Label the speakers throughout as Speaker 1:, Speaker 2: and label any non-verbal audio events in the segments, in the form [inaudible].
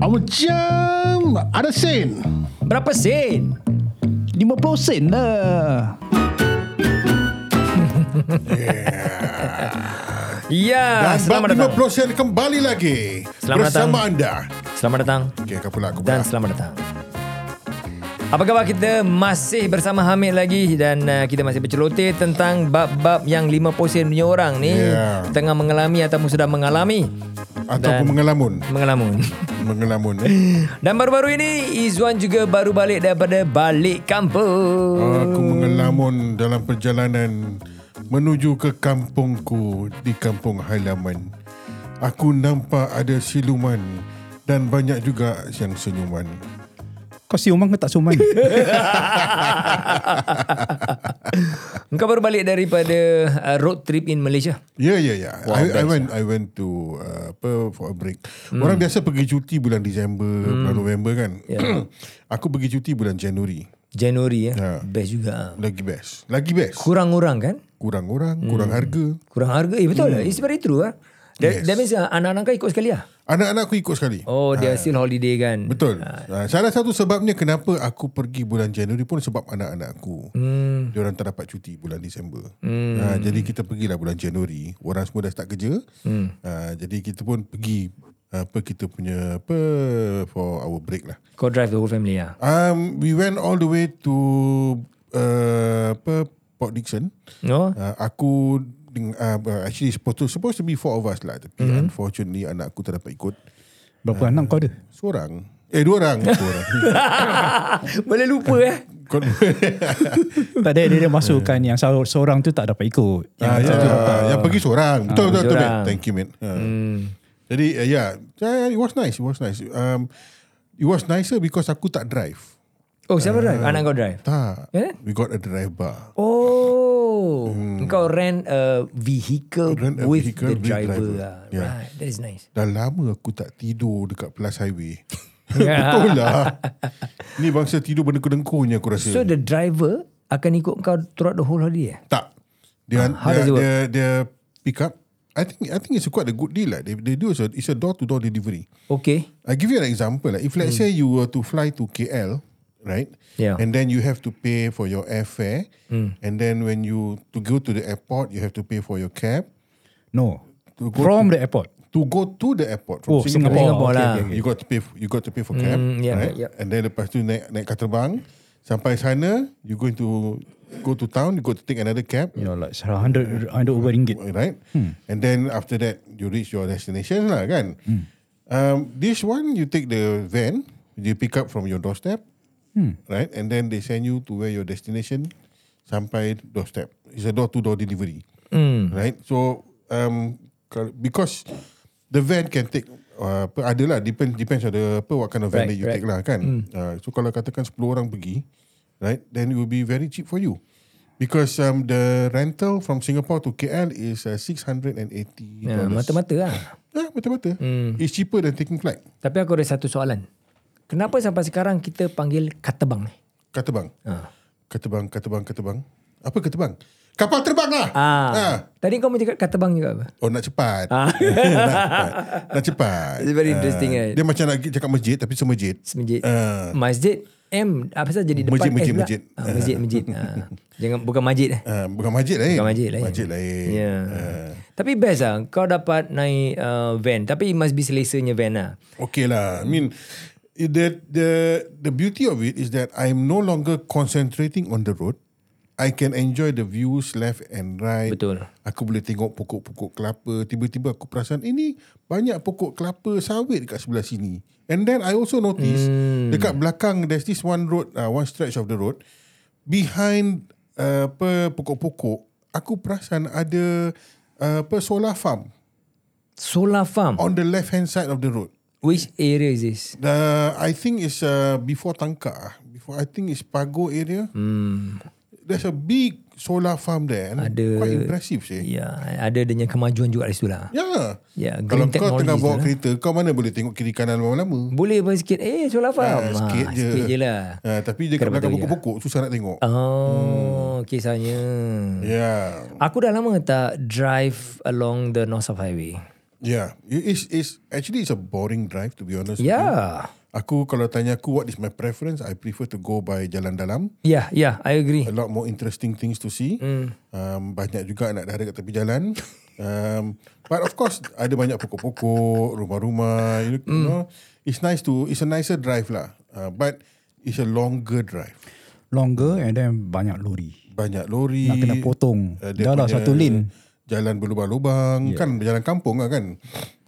Speaker 1: Ah, Macam ada sen.
Speaker 2: Berapa sen?
Speaker 3: 50 sen lah
Speaker 2: Ya,
Speaker 1: Dan
Speaker 2: selamat datang.
Speaker 1: bab 50 sen kembali lagi
Speaker 2: Selamat
Speaker 1: Bersama
Speaker 2: datang.
Speaker 1: anda
Speaker 2: Selamat datang
Speaker 1: Okay, kau pula, aku
Speaker 2: dan
Speaker 1: pula
Speaker 2: selamat datang. Apa khabar kita masih bersama Hamid lagi dan uh, kita masih berceloteh tentang bab-bab yang 50 sen punya orang ni
Speaker 1: Ya.
Speaker 2: tengah mengalami ataupun sudah mengalami
Speaker 1: Ataupun mengelamun
Speaker 2: mengelamun.
Speaker 1: Mengelamun eh.
Speaker 2: [laughs] Dan baru-baru ini Izwan juga baru balik daripada balik kampung.
Speaker 1: Aku mengelamun dalam perjalanan Menuju ke kampungku Di kampung halaman Aku nampak ada siluman Dan banyak juga yang senyuman
Speaker 3: Kau siuman ke tak [laughs] siuman?
Speaker 2: [laughs] Engkau baru balik daripada uh, road trip in Malaysia.
Speaker 1: Ya ya ya. I, I went I went to uh, apa for a break. Orang biasa pergi cuti bulan Disember, bulan November kan. [clears throat] aku pergi cuti bulan Januari.
Speaker 2: Januari ya.
Speaker 1: Ya.
Speaker 2: Best juga. ah.
Speaker 1: Lagi best. Lagi best.
Speaker 2: Kurang-kurang kan?
Speaker 1: Kurang orang, kurang harga.
Speaker 2: Kurang harga. Eh betul
Speaker 1: Hmm.
Speaker 2: lah. It's very true lah. That, yes. that means ah, anak-anak kau ikut sekali lah.
Speaker 1: Anak-anak aku ikut sekali.
Speaker 2: Oh dia still holiday kan.
Speaker 1: Ah. Betul. Ha. Salah satu sebabnya kenapa aku pergi bulan Januari pun sebab anak-anak aku. Hmm. Diorang tak dapat cuti bulan Disember. Hmm. Ha, jadi kita pergilah bulan Januari. Orang semua dah start kerja. Hmm. Ha, jadi kita pun pergi apa kita punya apa for our break lah.
Speaker 2: Kau drive the whole family lah.
Speaker 1: Um, we went all the way to uh, apa Port Dixon.
Speaker 2: [laughs] No?
Speaker 1: Uh, aku deng- uh, uh, actually supposed to, supposed to be four of us lah. Tapi mm-hmm. unfortunately anak aku tak dapat ikut.
Speaker 3: Berapa anak kau ada?
Speaker 1: Seorang. Eh dua orang. Dua orang.
Speaker 2: [laughs] Boleh lupa eh.
Speaker 1: Kon-
Speaker 3: tak ada dia, dia masukkan yang satu- seorang tu tak dapat ikut
Speaker 1: Ah,
Speaker 3: yang,
Speaker 1: ya, yang pergi seorang. Betul betul betul.
Speaker 2: seorang.
Speaker 1: man. Thank you man. Uh. Jadi uh, yeah, Yeah, it was nice. It was nice. Um, it was nicer because aku tak drive.
Speaker 2: Oh siapa drive?
Speaker 1: Ah.
Speaker 2: Anak kau drive.
Speaker 1: Tak.
Speaker 2: Eh?
Speaker 1: We got a drive bar.
Speaker 2: Oh. Kau rent a vehicle
Speaker 1: Hmm. Rent a
Speaker 2: with
Speaker 1: vehicle
Speaker 2: the
Speaker 1: with
Speaker 2: driver.
Speaker 1: driver.
Speaker 2: Lah.
Speaker 1: Yeah.
Speaker 2: Right. That is nice.
Speaker 1: Dah lama aku tak tidur dekat Plus
Speaker 2: [laughs]
Speaker 1: Highway. [laughs]
Speaker 2: Ya.
Speaker 1: Betul lah. Ni bangsa tidur berdengkur-dengkurnya aku rasa.
Speaker 2: So the driver akan ikut kau throughout the whole holiday eh?
Speaker 1: tak. Dia, dia,
Speaker 2: How does it work?
Speaker 1: dia, dia pick up. I think I think it's quite a good deal lah. They, they do so it's a door to door delivery.
Speaker 2: Okay.
Speaker 1: I give you an example. Like if let's say you were to fly to KL, right?
Speaker 2: Hmm. Yeah. Hmm.
Speaker 1: And then you have to pay for your airfare, and then when you to go to the airport, you have to pay for your cab
Speaker 3: No
Speaker 1: To go
Speaker 3: From the airport
Speaker 1: to go to the airport from
Speaker 3: Oh Singapore,
Speaker 2: Singapore lah. Mm,
Speaker 3: okay, okay, okay.
Speaker 1: You got to pay. You got to pay for cab,
Speaker 2: yeah,
Speaker 1: right?
Speaker 2: yeah.
Speaker 1: And then lepas tu naik naik terbang sampai sana, you going to go to town. You go to take another cab,
Speaker 3: You know like 100, 100 over ringgit
Speaker 1: right? And then after that, you reach your destination lah, kan? Um, this one you take the van, you pick up from your doorstep, right? And then they send you to where your destination sampai doorstep. It's a door-to-door delivery, right? So um, kal- because the van can take uh, apa adalah depends depends on the apa what kind of van
Speaker 2: Right,
Speaker 1: that you
Speaker 2: right.
Speaker 1: take lah kan.
Speaker 2: Hmm.
Speaker 1: Uh, so kalau katakan 10 orang pergi, right? Then it will be very cheap for you. Because um, the rental from Singapore to KL is uh, 680
Speaker 2: Ya,
Speaker 1: dollars.
Speaker 2: mata-mata lah.
Speaker 1: Ah, mata-mata.
Speaker 2: Hmm.
Speaker 1: It's cheaper than taking flight.
Speaker 2: Tapi aku ada satu soalan. Kenapa sampai sekarang kita panggil katebang eh? ni?
Speaker 1: Kata bang.
Speaker 2: Ah.
Speaker 1: Kata bang, kata bang, kata bang. Apa kata bang? Kapal terbang lah.
Speaker 2: Ah.
Speaker 1: Ah.
Speaker 2: Tadi kau mau cakap katebang juga apa?
Speaker 1: Oh nak cepat. [laughs] nak cepat. Nak cepat.
Speaker 2: It's very interesting,
Speaker 1: Ah,
Speaker 2: right?
Speaker 1: Dia macam nak cakap masjid tapi semajid.
Speaker 2: Masjid.
Speaker 1: Ah.
Speaker 2: Masjid M apa saja jadi depan
Speaker 1: Masjid,
Speaker 2: S
Speaker 1: masjid,
Speaker 2: pula?
Speaker 1: masjid.
Speaker 2: Ah, masjid,
Speaker 1: [laughs]
Speaker 2: masjid. Ah. Jangan bukan masjid eh.
Speaker 1: Uh, bukan masjid lain.
Speaker 2: Bukan masjid lain.
Speaker 1: Masjid lain.
Speaker 2: Ya. Yeah.
Speaker 1: eh.
Speaker 2: Uh. Tapi best lah kau dapat naik uh, van tapi it must be selesanya van lah.
Speaker 1: Okay lah. I mean, it- the the the beauty of it is that I'm no longer concentrating on the road. I can enjoy the views left and right.
Speaker 2: Betul.
Speaker 1: Aku boleh tengok pokok-pokok kelapa. Tiba-tiba aku perasan ini banyak pokok kelapa sawit dekat sebelah sini. And then I also notice mm. dekat belakang there's this one road, uh, one stretch of the road behind uh, apa pokok-pokok. Aku perasan ada uh, apa solar farm
Speaker 2: Solar Farm.
Speaker 1: on the left hand side of the road.
Speaker 2: Which area is this?
Speaker 1: The I think it's uh, before Tangka. ah. Before I think it's Pago area. There's a big solar farm there. And
Speaker 2: Hmm. Ada-
Speaker 1: Quite impressive sih.
Speaker 2: Ya, ada adanya kemajuan juga dari situ lah.
Speaker 1: Yeah.
Speaker 2: Ya,
Speaker 1: Kalau
Speaker 2: green
Speaker 1: kau tengah
Speaker 2: technology
Speaker 1: bawa
Speaker 2: tu lah.
Speaker 1: kereta, kau mana boleh tengok kiri kanan lama-lama.
Speaker 2: Boleh pun sikit. Eh, solar farm.
Speaker 1: Ah, sikit
Speaker 2: Ah,
Speaker 1: je.
Speaker 2: Sikit je lah.
Speaker 1: Ah, tapi dia kat
Speaker 2: Kena
Speaker 1: belakang
Speaker 2: betul je. Ah.
Speaker 1: pokok-pokok susah nak tengok.
Speaker 2: Oh, hmm. kisahnya.
Speaker 1: Yeah.
Speaker 2: Aku dah lama tak drive along the north of highway.
Speaker 1: Yeah, It- it's it's actually it's a boring drive to be honest. with you.
Speaker 2: Yeah.
Speaker 1: Aku kalau tanya aku what is my preference, I prefer to go by jalan dalam.
Speaker 2: Yeah, yeah, Ya, I agree.
Speaker 1: A lot more interesting things to see. Um, banyak juga anak dara kat tepi jalan. Um, but of course ada banyak pokok-pokok, rumah-rumah. You, you know, it's nice to it's a nicer drive lah. Uh, but it's a longer drive.
Speaker 3: Longer and then banyak lori.
Speaker 1: Banyak lori.
Speaker 3: Nak kena potong.
Speaker 1: Uh, dia
Speaker 3: Dah lah
Speaker 1: punya
Speaker 3: satu lane.
Speaker 1: Jalan berlubang-lubang. Yeah. Kan jalan kampung lah kan.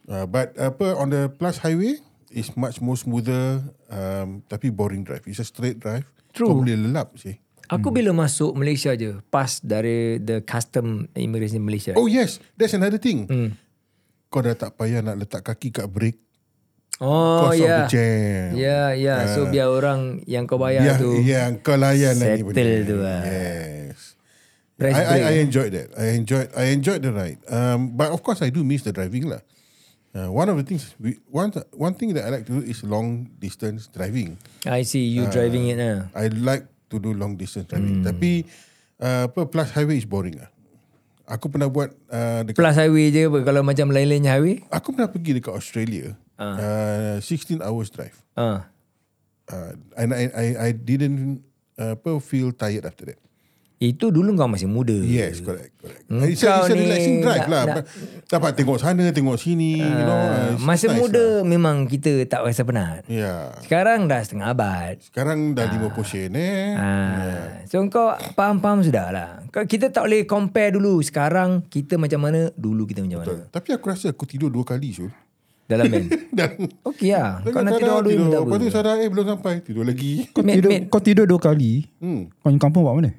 Speaker 1: Uh, but apa on the plus highway is much more smoother um, tapi boring drive. It's a straight drive.
Speaker 2: True.
Speaker 1: Kau boleh lelap sih.
Speaker 2: Aku
Speaker 1: Hmm.
Speaker 2: bila masuk Malaysia je, pas dari the custom immigration Malaysia.
Speaker 1: Oh yes, that's another thing.
Speaker 2: Hmm.
Speaker 1: Kau dah tak payah nak letak kaki kat brake
Speaker 2: Oh,
Speaker 1: cause of
Speaker 2: yeah.
Speaker 1: the jam.
Speaker 2: Ya, ya. So biar orang yang kau bayar
Speaker 1: Ya,
Speaker 2: tu.
Speaker 1: ya, kau layan lah ni
Speaker 2: settle
Speaker 1: benda ni.
Speaker 2: tu lah.
Speaker 1: Yes.
Speaker 2: Press
Speaker 1: I, I,
Speaker 2: brake.
Speaker 1: I enjoyed that. I enjoyed I enjoyed the ride. Um, but of course, I do miss the driving lah. Uh, one of the things we, one one thing that I like to do is long distance driving.
Speaker 2: I see you
Speaker 1: Uh.
Speaker 2: driving it lah.
Speaker 1: I like to do long distance
Speaker 2: Hmm.
Speaker 1: driving. Tapi uh, apa plus highway is boring lah. Aku pernah buat uh, dekat,
Speaker 2: Plus highway je apa, kalau macam lain-lain highway.
Speaker 1: aku pernah pergi dekat Australia. Uh. Uh, 16 hours drive.
Speaker 2: Ah.
Speaker 1: Uh, and I I I didn't uh, apa feel tired after that.
Speaker 2: Itu dulu kau masih muda.
Speaker 1: Yes, correct, correct.
Speaker 2: Hmm,
Speaker 1: It's a, it's a
Speaker 2: kau ni
Speaker 1: relaxing drive
Speaker 2: nak-
Speaker 1: lah.
Speaker 2: nak-
Speaker 1: Dapat tengok sana, tengok sini, uh, you know. uh,
Speaker 2: Ah,
Speaker 1: it's
Speaker 2: masa
Speaker 1: nice Lah.
Speaker 2: muda memang kita tak rasa penat.
Speaker 1: Yeah.
Speaker 2: Sekarang dah setengah abad.
Speaker 1: Sekarang
Speaker 2: Ah.
Speaker 1: dah lima posen eh.
Speaker 2: Ha. So kau faham-faham sudah lah. Kau, kita tak boleh compare dulu. Sekarang kita macam mana, dulu kita macam mana.
Speaker 1: Tapi aku rasa aku tidur dua kali Syul.
Speaker 2: Dalam band.
Speaker 1: [laughs] Dan
Speaker 2: Okey lah.
Speaker 1: dan
Speaker 2: Kau
Speaker 1: sadar
Speaker 2: nak tidur all the way pun tak
Speaker 1: Lepas tu
Speaker 2: apa.
Speaker 1: sadar eh belum sampai. Tidur lagi.
Speaker 3: Kau
Speaker 2: Mate,
Speaker 3: tidur,
Speaker 2: mate.
Speaker 3: kau tidur dua kali.
Speaker 1: Hmm.
Speaker 3: Kau punya kampung buat mana?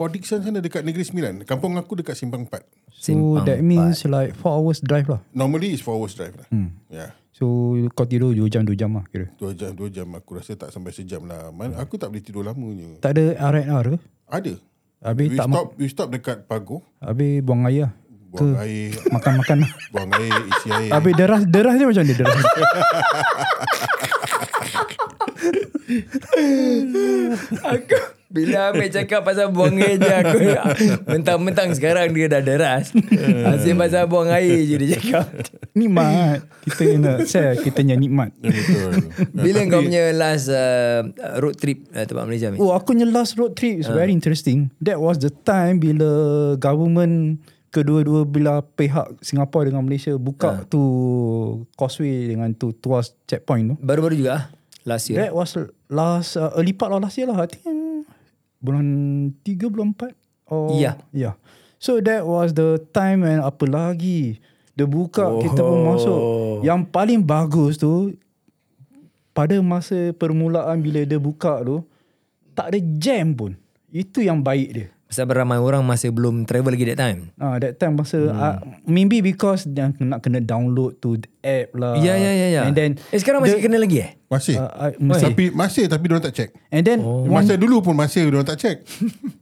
Speaker 1: Port Dickson sana dekat Negeri Sembilan. Kampung aku dekat Simpang 4.
Speaker 3: So
Speaker 2: Simpang
Speaker 3: that means like 4 hours drive lah.
Speaker 1: Normally it's 4 hours drive lah. Hmm. Yeah.
Speaker 3: So kau tidur 2 jam 2 jam lah kira.
Speaker 1: Dua jam, dua jam. Aku rasa tak sampai sejam lah. Man, aku tak boleh tidur lamanya.
Speaker 3: Tak ada R&R ke?
Speaker 1: Ada.
Speaker 3: Habis
Speaker 1: we
Speaker 3: tak ma-
Speaker 1: stop, we stop dekat Pago.
Speaker 3: Habis buang air lah.
Speaker 1: Buang air.
Speaker 3: Makan-makan lah.
Speaker 1: Buang air, isi air.
Speaker 3: Habis deras deras dia macam mana deras?
Speaker 2: Aku bila Amir cakap pasal buang air je aku [laughs] mentang-mentang sekarang dia dah deras.
Speaker 3: Hmm.
Speaker 2: Asyik pasal buang air je dia
Speaker 3: [laughs]
Speaker 2: cakap.
Speaker 3: nikmat. [laughs] Kita nak share kita punya nikmat.
Speaker 1: Betul.
Speaker 2: Bila kau punya last uh, road trip uh, tempat Malaysia Amir?
Speaker 3: [laughs] Oh, aku punya last road trip is very interesting. That was the time bila government kedua-dua bila pihak Singapura dengan Malaysia buka tu causeway dengan tu tuas checkpoint tu.
Speaker 2: Baru-baru juga ah? last year.
Speaker 3: That was last uh, early part of last year lah. I think bulan 3, bulan 4. Or,
Speaker 2: Yeah.
Speaker 3: Yeah. So that was the time when apa lagi. Dia buka, oh. kita pun masuk. Yang paling bagus tu, pada masa permulaan bila dia buka tu, tak ada jam pun. Itu yang baik dia.
Speaker 2: Sebab ramai orang masih belum travel lagi that time.
Speaker 3: Ah, that time masa hmm. uh, maybe because dia nak kena download to the app lah.
Speaker 2: Ya ya ya ya.
Speaker 3: And then
Speaker 2: eh sekarang masih kena lagi eh?
Speaker 1: Masih.
Speaker 3: uh, I,
Speaker 1: Tapi masih tapi dia tak check.
Speaker 3: and then
Speaker 1: Oh. Masa dulu pun masih dia tak check.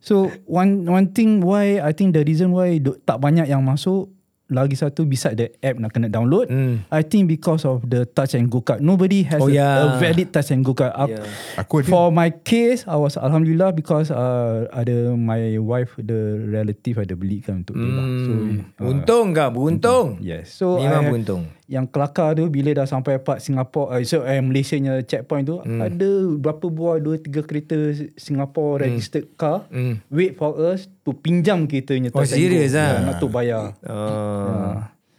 Speaker 3: So one one thing why I think the reason why do, tak banyak yang masuk lagi satu beside the app nak kena download mm. I think because of the touch and go card nobody has
Speaker 2: Hmm. Oh,
Speaker 3: a,
Speaker 2: yeah.
Speaker 3: a valid touch and go card Aku-
Speaker 2: Yeah.
Speaker 1: Aku ada.
Speaker 3: for my case I was alhamdulillah because uh, ada my wife the relative ada
Speaker 2: Hmm.
Speaker 3: belikan untuk mm. dia lah. so
Speaker 2: Untung kau, beruntung.
Speaker 3: Yes. So
Speaker 2: Memang
Speaker 3: I-
Speaker 2: beruntung.
Speaker 3: Yang kelakar tu bila dah sampai part Singapore, uh, so eh, Malaysia nya checkpoint tu hmm. ada berapa buah dua tiga kereta Singapore hmm. registered car hmm. wait for us to pinjam keretanya
Speaker 2: Oh, serious ah?
Speaker 3: Nak tu bayar.
Speaker 2: Uh,
Speaker 3: Uh.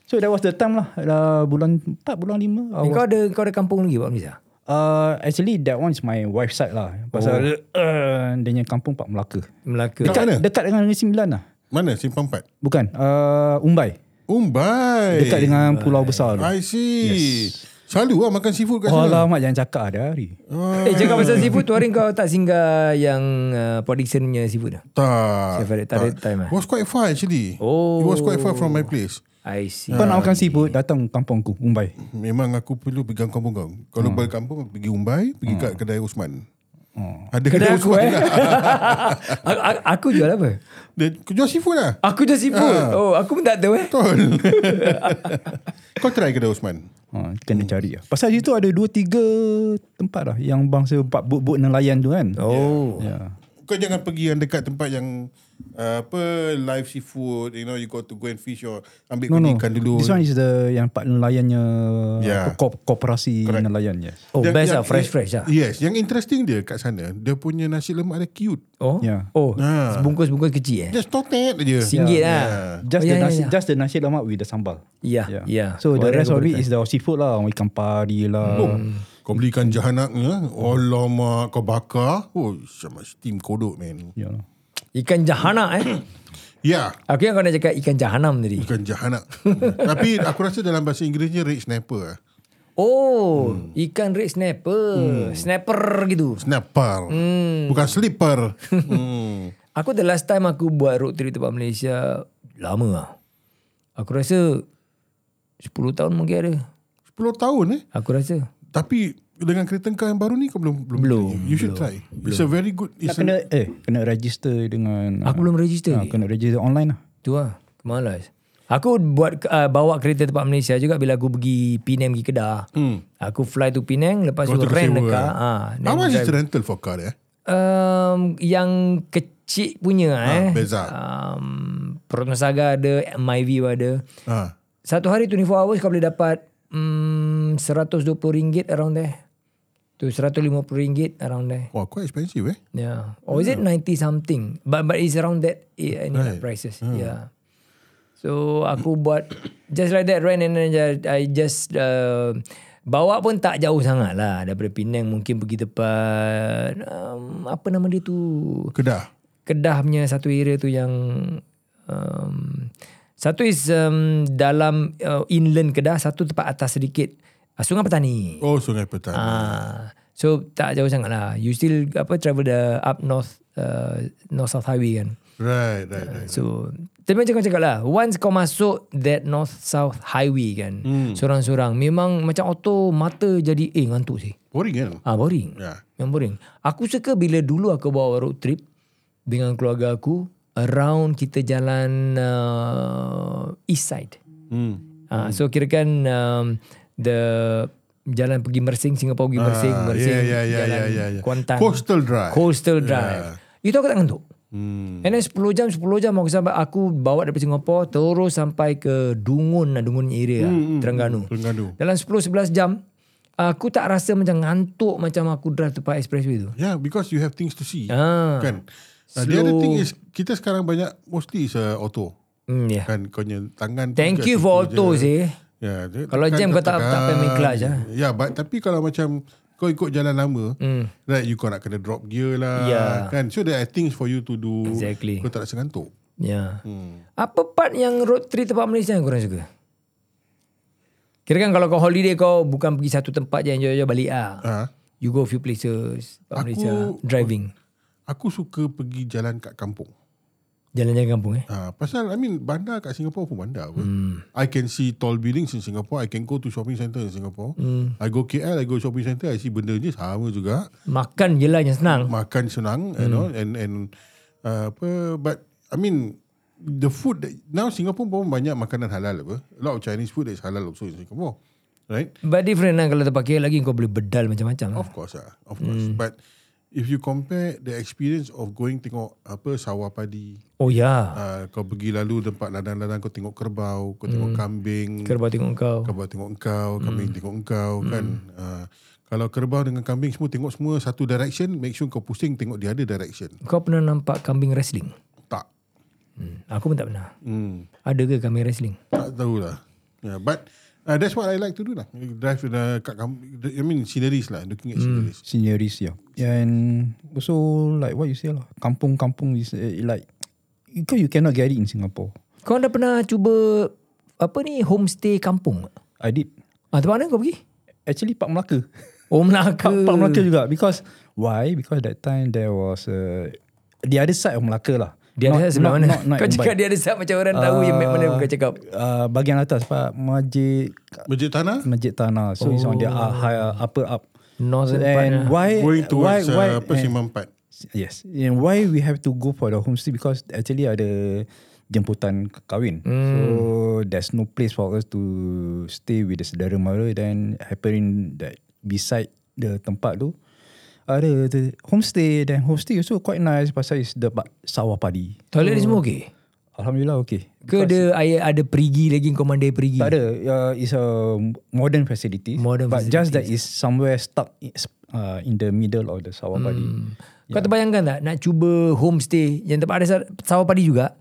Speaker 3: So that was the time lah uh, bulan 4 bulan 5 I was,
Speaker 2: Eh, Kau ada kau ada kampung lagi buat Malaysia?
Speaker 3: uh, actually that one is my wife side lah pasal oh. uh, dia punya kampung Pak Melaka.
Speaker 2: Melaka.
Speaker 1: Kat mana?
Speaker 3: Dekat dengan Negeri Sembilan lah.
Speaker 1: Mana Simpang 4?
Speaker 3: Bukan uh, Umbai.
Speaker 1: Eh, Umbai.
Speaker 3: Dekat dengan Pulau Besar tu.
Speaker 1: I see. Yes. Selalu lah makan seafood kat sana.
Speaker 3: Oh
Speaker 1: Ah,
Speaker 3: alamak jangan cakap ada hari.
Speaker 2: Eh cakap
Speaker 3: [laughs]
Speaker 2: pasal seafood tu hari kau tak singgah yang uh, Port Dickson punya seafood tu?
Speaker 1: Tak.
Speaker 2: Seafood, tak ada time lah.
Speaker 1: It was quite far actually.
Speaker 2: Oh.
Speaker 1: It was quite far from my place.
Speaker 2: I see. [laughs]
Speaker 1: Ah.
Speaker 3: Kau nak makan seafood Datang kampung aku Umbai
Speaker 1: Memang aku perlu pergi kampung kau.
Speaker 3: Hmm.
Speaker 1: Kalau balik kampung aku pergi Umbai, pergi kat kedai Usman.
Speaker 3: Hmm.
Speaker 1: Ada kedai,
Speaker 2: Kedai aku
Speaker 1: Usman [laughs]
Speaker 2: eh.
Speaker 1: lah.
Speaker 2: aku, aku- aku jual apa?
Speaker 1: Dia kau jual seafood lah.
Speaker 2: Aku jual seafood. Oh, aku pun tak tahu eh. [laughs]
Speaker 1: Betul. kau try kedai Usman.
Speaker 3: ha, Kena
Speaker 1: Hmm.
Speaker 3: cari lah Pasal situ ada 2-3 tempat lah Yang bangsa bak- Bot-bot nelayan tu kan
Speaker 2: Oh.
Speaker 3: Ya
Speaker 1: Kau jangan pergi yang dekat tempat yang uh, apa live seafood, you know you got to go and fish or ambil
Speaker 3: No,
Speaker 1: kunyit
Speaker 3: no.
Speaker 1: ikan dulu.
Speaker 3: This one is the yang part nelayannya
Speaker 1: Yeah.
Speaker 3: yeah. ko- koperasi
Speaker 1: Correct.
Speaker 3: nelayan. Yes.
Speaker 2: Oh,
Speaker 1: Yang-
Speaker 2: best
Speaker 1: yang-
Speaker 2: lah. Fresh-fresh lah.
Speaker 1: Yes, yang interesting dia kat sana, dia punya nasi lemak dia cute.
Speaker 2: Oh,
Speaker 3: Yeah.
Speaker 2: oh
Speaker 1: Ah.
Speaker 2: bungkus-bungkus kecil eh.
Speaker 1: Just Ya. totet je.
Speaker 2: Singgit lah. Oh,
Speaker 3: Just the
Speaker 2: yeah, yeah,
Speaker 3: nasi,
Speaker 2: yeah.
Speaker 3: just the nasi lemak with the sambal.
Speaker 2: Yeah, yeah.
Speaker 3: So the
Speaker 2: Correct,
Speaker 3: rest of
Speaker 2: correct,
Speaker 3: it is the seafood lah, ikan pari lah.
Speaker 1: Hmm. Kau beli ikan jahanaknya, alamak kau bakar. Oh, sama steam kodok man.
Speaker 3: You know.
Speaker 2: Ikan jahana eh.
Speaker 1: Ya,
Speaker 2: Aku yang kau nak cakap ikan jahanam tadi.
Speaker 1: ikan jahanak. [laughs] Tapi aku rasa dalam bahasa Inggerisnya red snapper. lah.
Speaker 2: Oh, ikan red snapper. Snapper gitu.
Speaker 1: Snapper. Bukan
Speaker 2: [laughs]
Speaker 1: slipper. hmm.
Speaker 2: Aku the last time aku buat road trip tempat Malaysia, lama lah. Aku rasa 10 tahun mungkin ada.
Speaker 1: 10 tahun eh.
Speaker 2: Aku rasa.
Speaker 1: Tapi dengan kereta kau yang baru ni kau belum belum.
Speaker 2: Belum,
Speaker 1: You should try. It's a very good. It's a,
Speaker 3: Nak kena eh kena register dengan
Speaker 2: Aku belum register
Speaker 3: ah,
Speaker 2: lagi.
Speaker 3: kena register online lah.
Speaker 2: Tu lah. Malas. Aku buat uh, bawa kereta tempat Malaysia juga bila aku pergi Penang pergi Kedah. Hmm. Aku fly to Penang lepas tu
Speaker 1: Kau tersewa,
Speaker 2: rent a car.
Speaker 1: eh.
Speaker 2: Ha,
Speaker 1: How much is the rental for car there?
Speaker 2: um, yang kecil punya ha, eh.
Speaker 1: beza.
Speaker 2: Um, Pertama Saga ada, Myvi ada.
Speaker 1: Ha.
Speaker 2: Satu hari 24 hours kau boleh dapat um, RM120 around there. Tu RM150 around there.
Speaker 1: Wah, quite expensive eh.
Speaker 2: Yeah. Or is it 90 something? But but it's around that eh, any
Speaker 1: Right.
Speaker 2: prices. Yeah. So aku buat just like that rent and then ju- I just uh, bawa pun tak jauh sangat lah daripada Penang mungkin pergi tempat um, apa nama dia tu
Speaker 1: Kedah.
Speaker 2: Kedah punya satu area tu yang um, satu is um, dalam uh, inland Kedah satu tempat atas sedikit uh, Sungai Petani.
Speaker 1: Oh, Sungai Petani.
Speaker 2: Ah, so tak jauh sangat lah. You still apa travel the up north uh, north south highway kan.
Speaker 1: Right, right, right.
Speaker 2: So tapi macam kau cakap lah Once kau masuk That north south highway kan Sorang-sorang Memang macam auto Mata jadi Eh ngantuk sih
Speaker 1: Boring kan?
Speaker 2: Ah boring.
Speaker 1: Ya.
Speaker 2: Yang boring. Aku suka bila dulu aku bawa road trip dengan keluarga aku around kita jalan uh, east side.
Speaker 1: Hmm.
Speaker 2: Ah, so kirakan um, the jalan pergi Mersing, Singapura pergi Mersing,
Speaker 1: Ah,
Speaker 2: Mersing,
Speaker 1: yeah, yeah, yeah,
Speaker 2: jalan
Speaker 1: yeah, yeah, yeah.
Speaker 2: Kuantan.
Speaker 1: ya, Coastal Drive.
Speaker 2: Coastal Drive. Itu aku tak ngantuk.
Speaker 1: Hmm.
Speaker 2: And then 10 jam, 10 jam aku sampai aku bawa daripada Singapura terus sampai ke Dungun, lah, Dungun area lah,
Speaker 1: Hmm,
Speaker 2: Terengganu.
Speaker 1: Terengganu.
Speaker 2: Dalam 10-11 jam Aku tak rasa macam ngantuk Macam aku drive tempat expressway tu
Speaker 1: Yeah, Ya, because you have things to see.
Speaker 2: Ah.
Speaker 1: Kan? Uh, the other
Speaker 2: Slow.
Speaker 1: thing is, kita sekarang banyak mostly is uh, auto.
Speaker 2: hmm, yeah.
Speaker 1: Kan, kau punya tangan. tu
Speaker 2: Thank
Speaker 1: kat situ
Speaker 2: you for eh.
Speaker 1: je.
Speaker 2: auto sih
Speaker 1: Ya, dia
Speaker 2: Kalau
Speaker 1: tekan,
Speaker 2: jam kau tak- tak payah main clutch, ah.
Speaker 1: Ya, yeah, but tapi kalau macam kau ikut jalan lama, mm. right, you kau nak kena drop gear lah,
Speaker 2: Hmm. Ya.
Speaker 1: kan? So there are things for you to do.
Speaker 2: Exactly.
Speaker 1: Kau tak rasa ngantuk.
Speaker 2: yeah. hmm. Apa part yang road trip tempat Malaysia yang korang suka? Kira kan kalau kau holiday kau Bukan pergi satu tempat je Enjoy-enjoy balik ah.
Speaker 1: Ah,
Speaker 2: You go few places Tempat
Speaker 1: Aku-
Speaker 2: Malaysia Driving
Speaker 1: aku suka pergi jalan kat kampung.
Speaker 2: Jalan-jalan kampung eh
Speaker 1: Ah, pasal I mean bandar kat Singapore pun bandar apa. I can see tall buildings in Singapore. I can go to shopping centre in Singapore. I go KL, I go shopping centre, I see benda je sama juga.
Speaker 2: Makan je lah yang senang
Speaker 1: makan senang you know and and uh, apa but I mean the food that, now Singapore pun banyak makanan halal apa a lot of Chinese food is halal also in Singapore right
Speaker 2: But different lah Kalau tempat KL lagi Kau boleh bedal macam-macam lah.
Speaker 1: of course ah of course but if you compare the experience of going tengok apa sawah padi
Speaker 2: Oh ya
Speaker 1: uh, kau pergi lalu tempat ladang-ladang kau tengok kerbau kau tengok kambing
Speaker 2: yeah. Kerbau tengok kau
Speaker 3: Oh.
Speaker 1: kerbau tengok engkau
Speaker 3: Hmm.
Speaker 1: kambing tengok engkau kan uh, kalau kerbau dengan kambing semua tengok semua satu direction make sure kau pusing tengok the other direction
Speaker 2: Kau pernah nampak kambing wrestling?
Speaker 1: tak
Speaker 2: Hmm. Aku pun tak pernah.
Speaker 1: hmm
Speaker 2: Ada ke kambing wrestling?
Speaker 1: Tak tahulah. Yeah, but uh, that's what I like to do lah. You Drive the kat kamp- I mean sceneries lah, looking at
Speaker 3: Hmm.
Speaker 1: sceneries.
Speaker 3: Sceneries yeah. And also like what you say lah, kampung-kampung is uh, like because you cannot get it in Singapore.
Speaker 2: Kau dah pernah cuba apa ni homestay kampung?
Speaker 3: I did
Speaker 2: Ah, tempat mana kau pergi?
Speaker 3: actually Pak Melaka. [laughs]
Speaker 2: Oh Melaka.
Speaker 3: Pak, Pak Melaka juga because why? Because that time there was uh, the other side of Melaka lah.
Speaker 2: Dia ada sebelah mana? kau
Speaker 3: in
Speaker 2: cakap
Speaker 3: Baik.
Speaker 2: dia ada side macam orang tahu yang map mana
Speaker 3: Ah,
Speaker 2: kau cakap.
Speaker 3: ah, bahagian atas Pak Masjid
Speaker 1: Masjid Tanah,
Speaker 3: Masjid Tanah. So it's on
Speaker 2: Oh.
Speaker 3: the uh, higher upper up. So,
Speaker 2: Northern part
Speaker 3: and
Speaker 2: lah.
Speaker 3: why
Speaker 1: going
Speaker 3: Eh, why
Speaker 1: towards
Speaker 3: why eh.
Speaker 1: uh, apa
Speaker 3: and-
Speaker 1: Simpang Empat.
Speaker 3: Yes. And why we have to go for the homestay because actually ada jemputan kahwin. So there's no place for us to stay with the saudara mara then happening that beside the tempat tu ada the homestay then homestay also quite nice pasal is the ba- sawah padi.
Speaker 2: Toilet ni semua okey?
Speaker 3: Alhamdulillah okay.
Speaker 2: Ke ada air- ada perigi lagi kau mandai perigi?
Speaker 3: Tak ada uh, is a modern facility.
Speaker 2: Modern
Speaker 3: but just that is somewhere stuck i- uh, in the middle of the sawah padi. Ya.
Speaker 2: Kau terbayangkan tak nak cuba homestay yang tempat ada sa- sawah padi juga.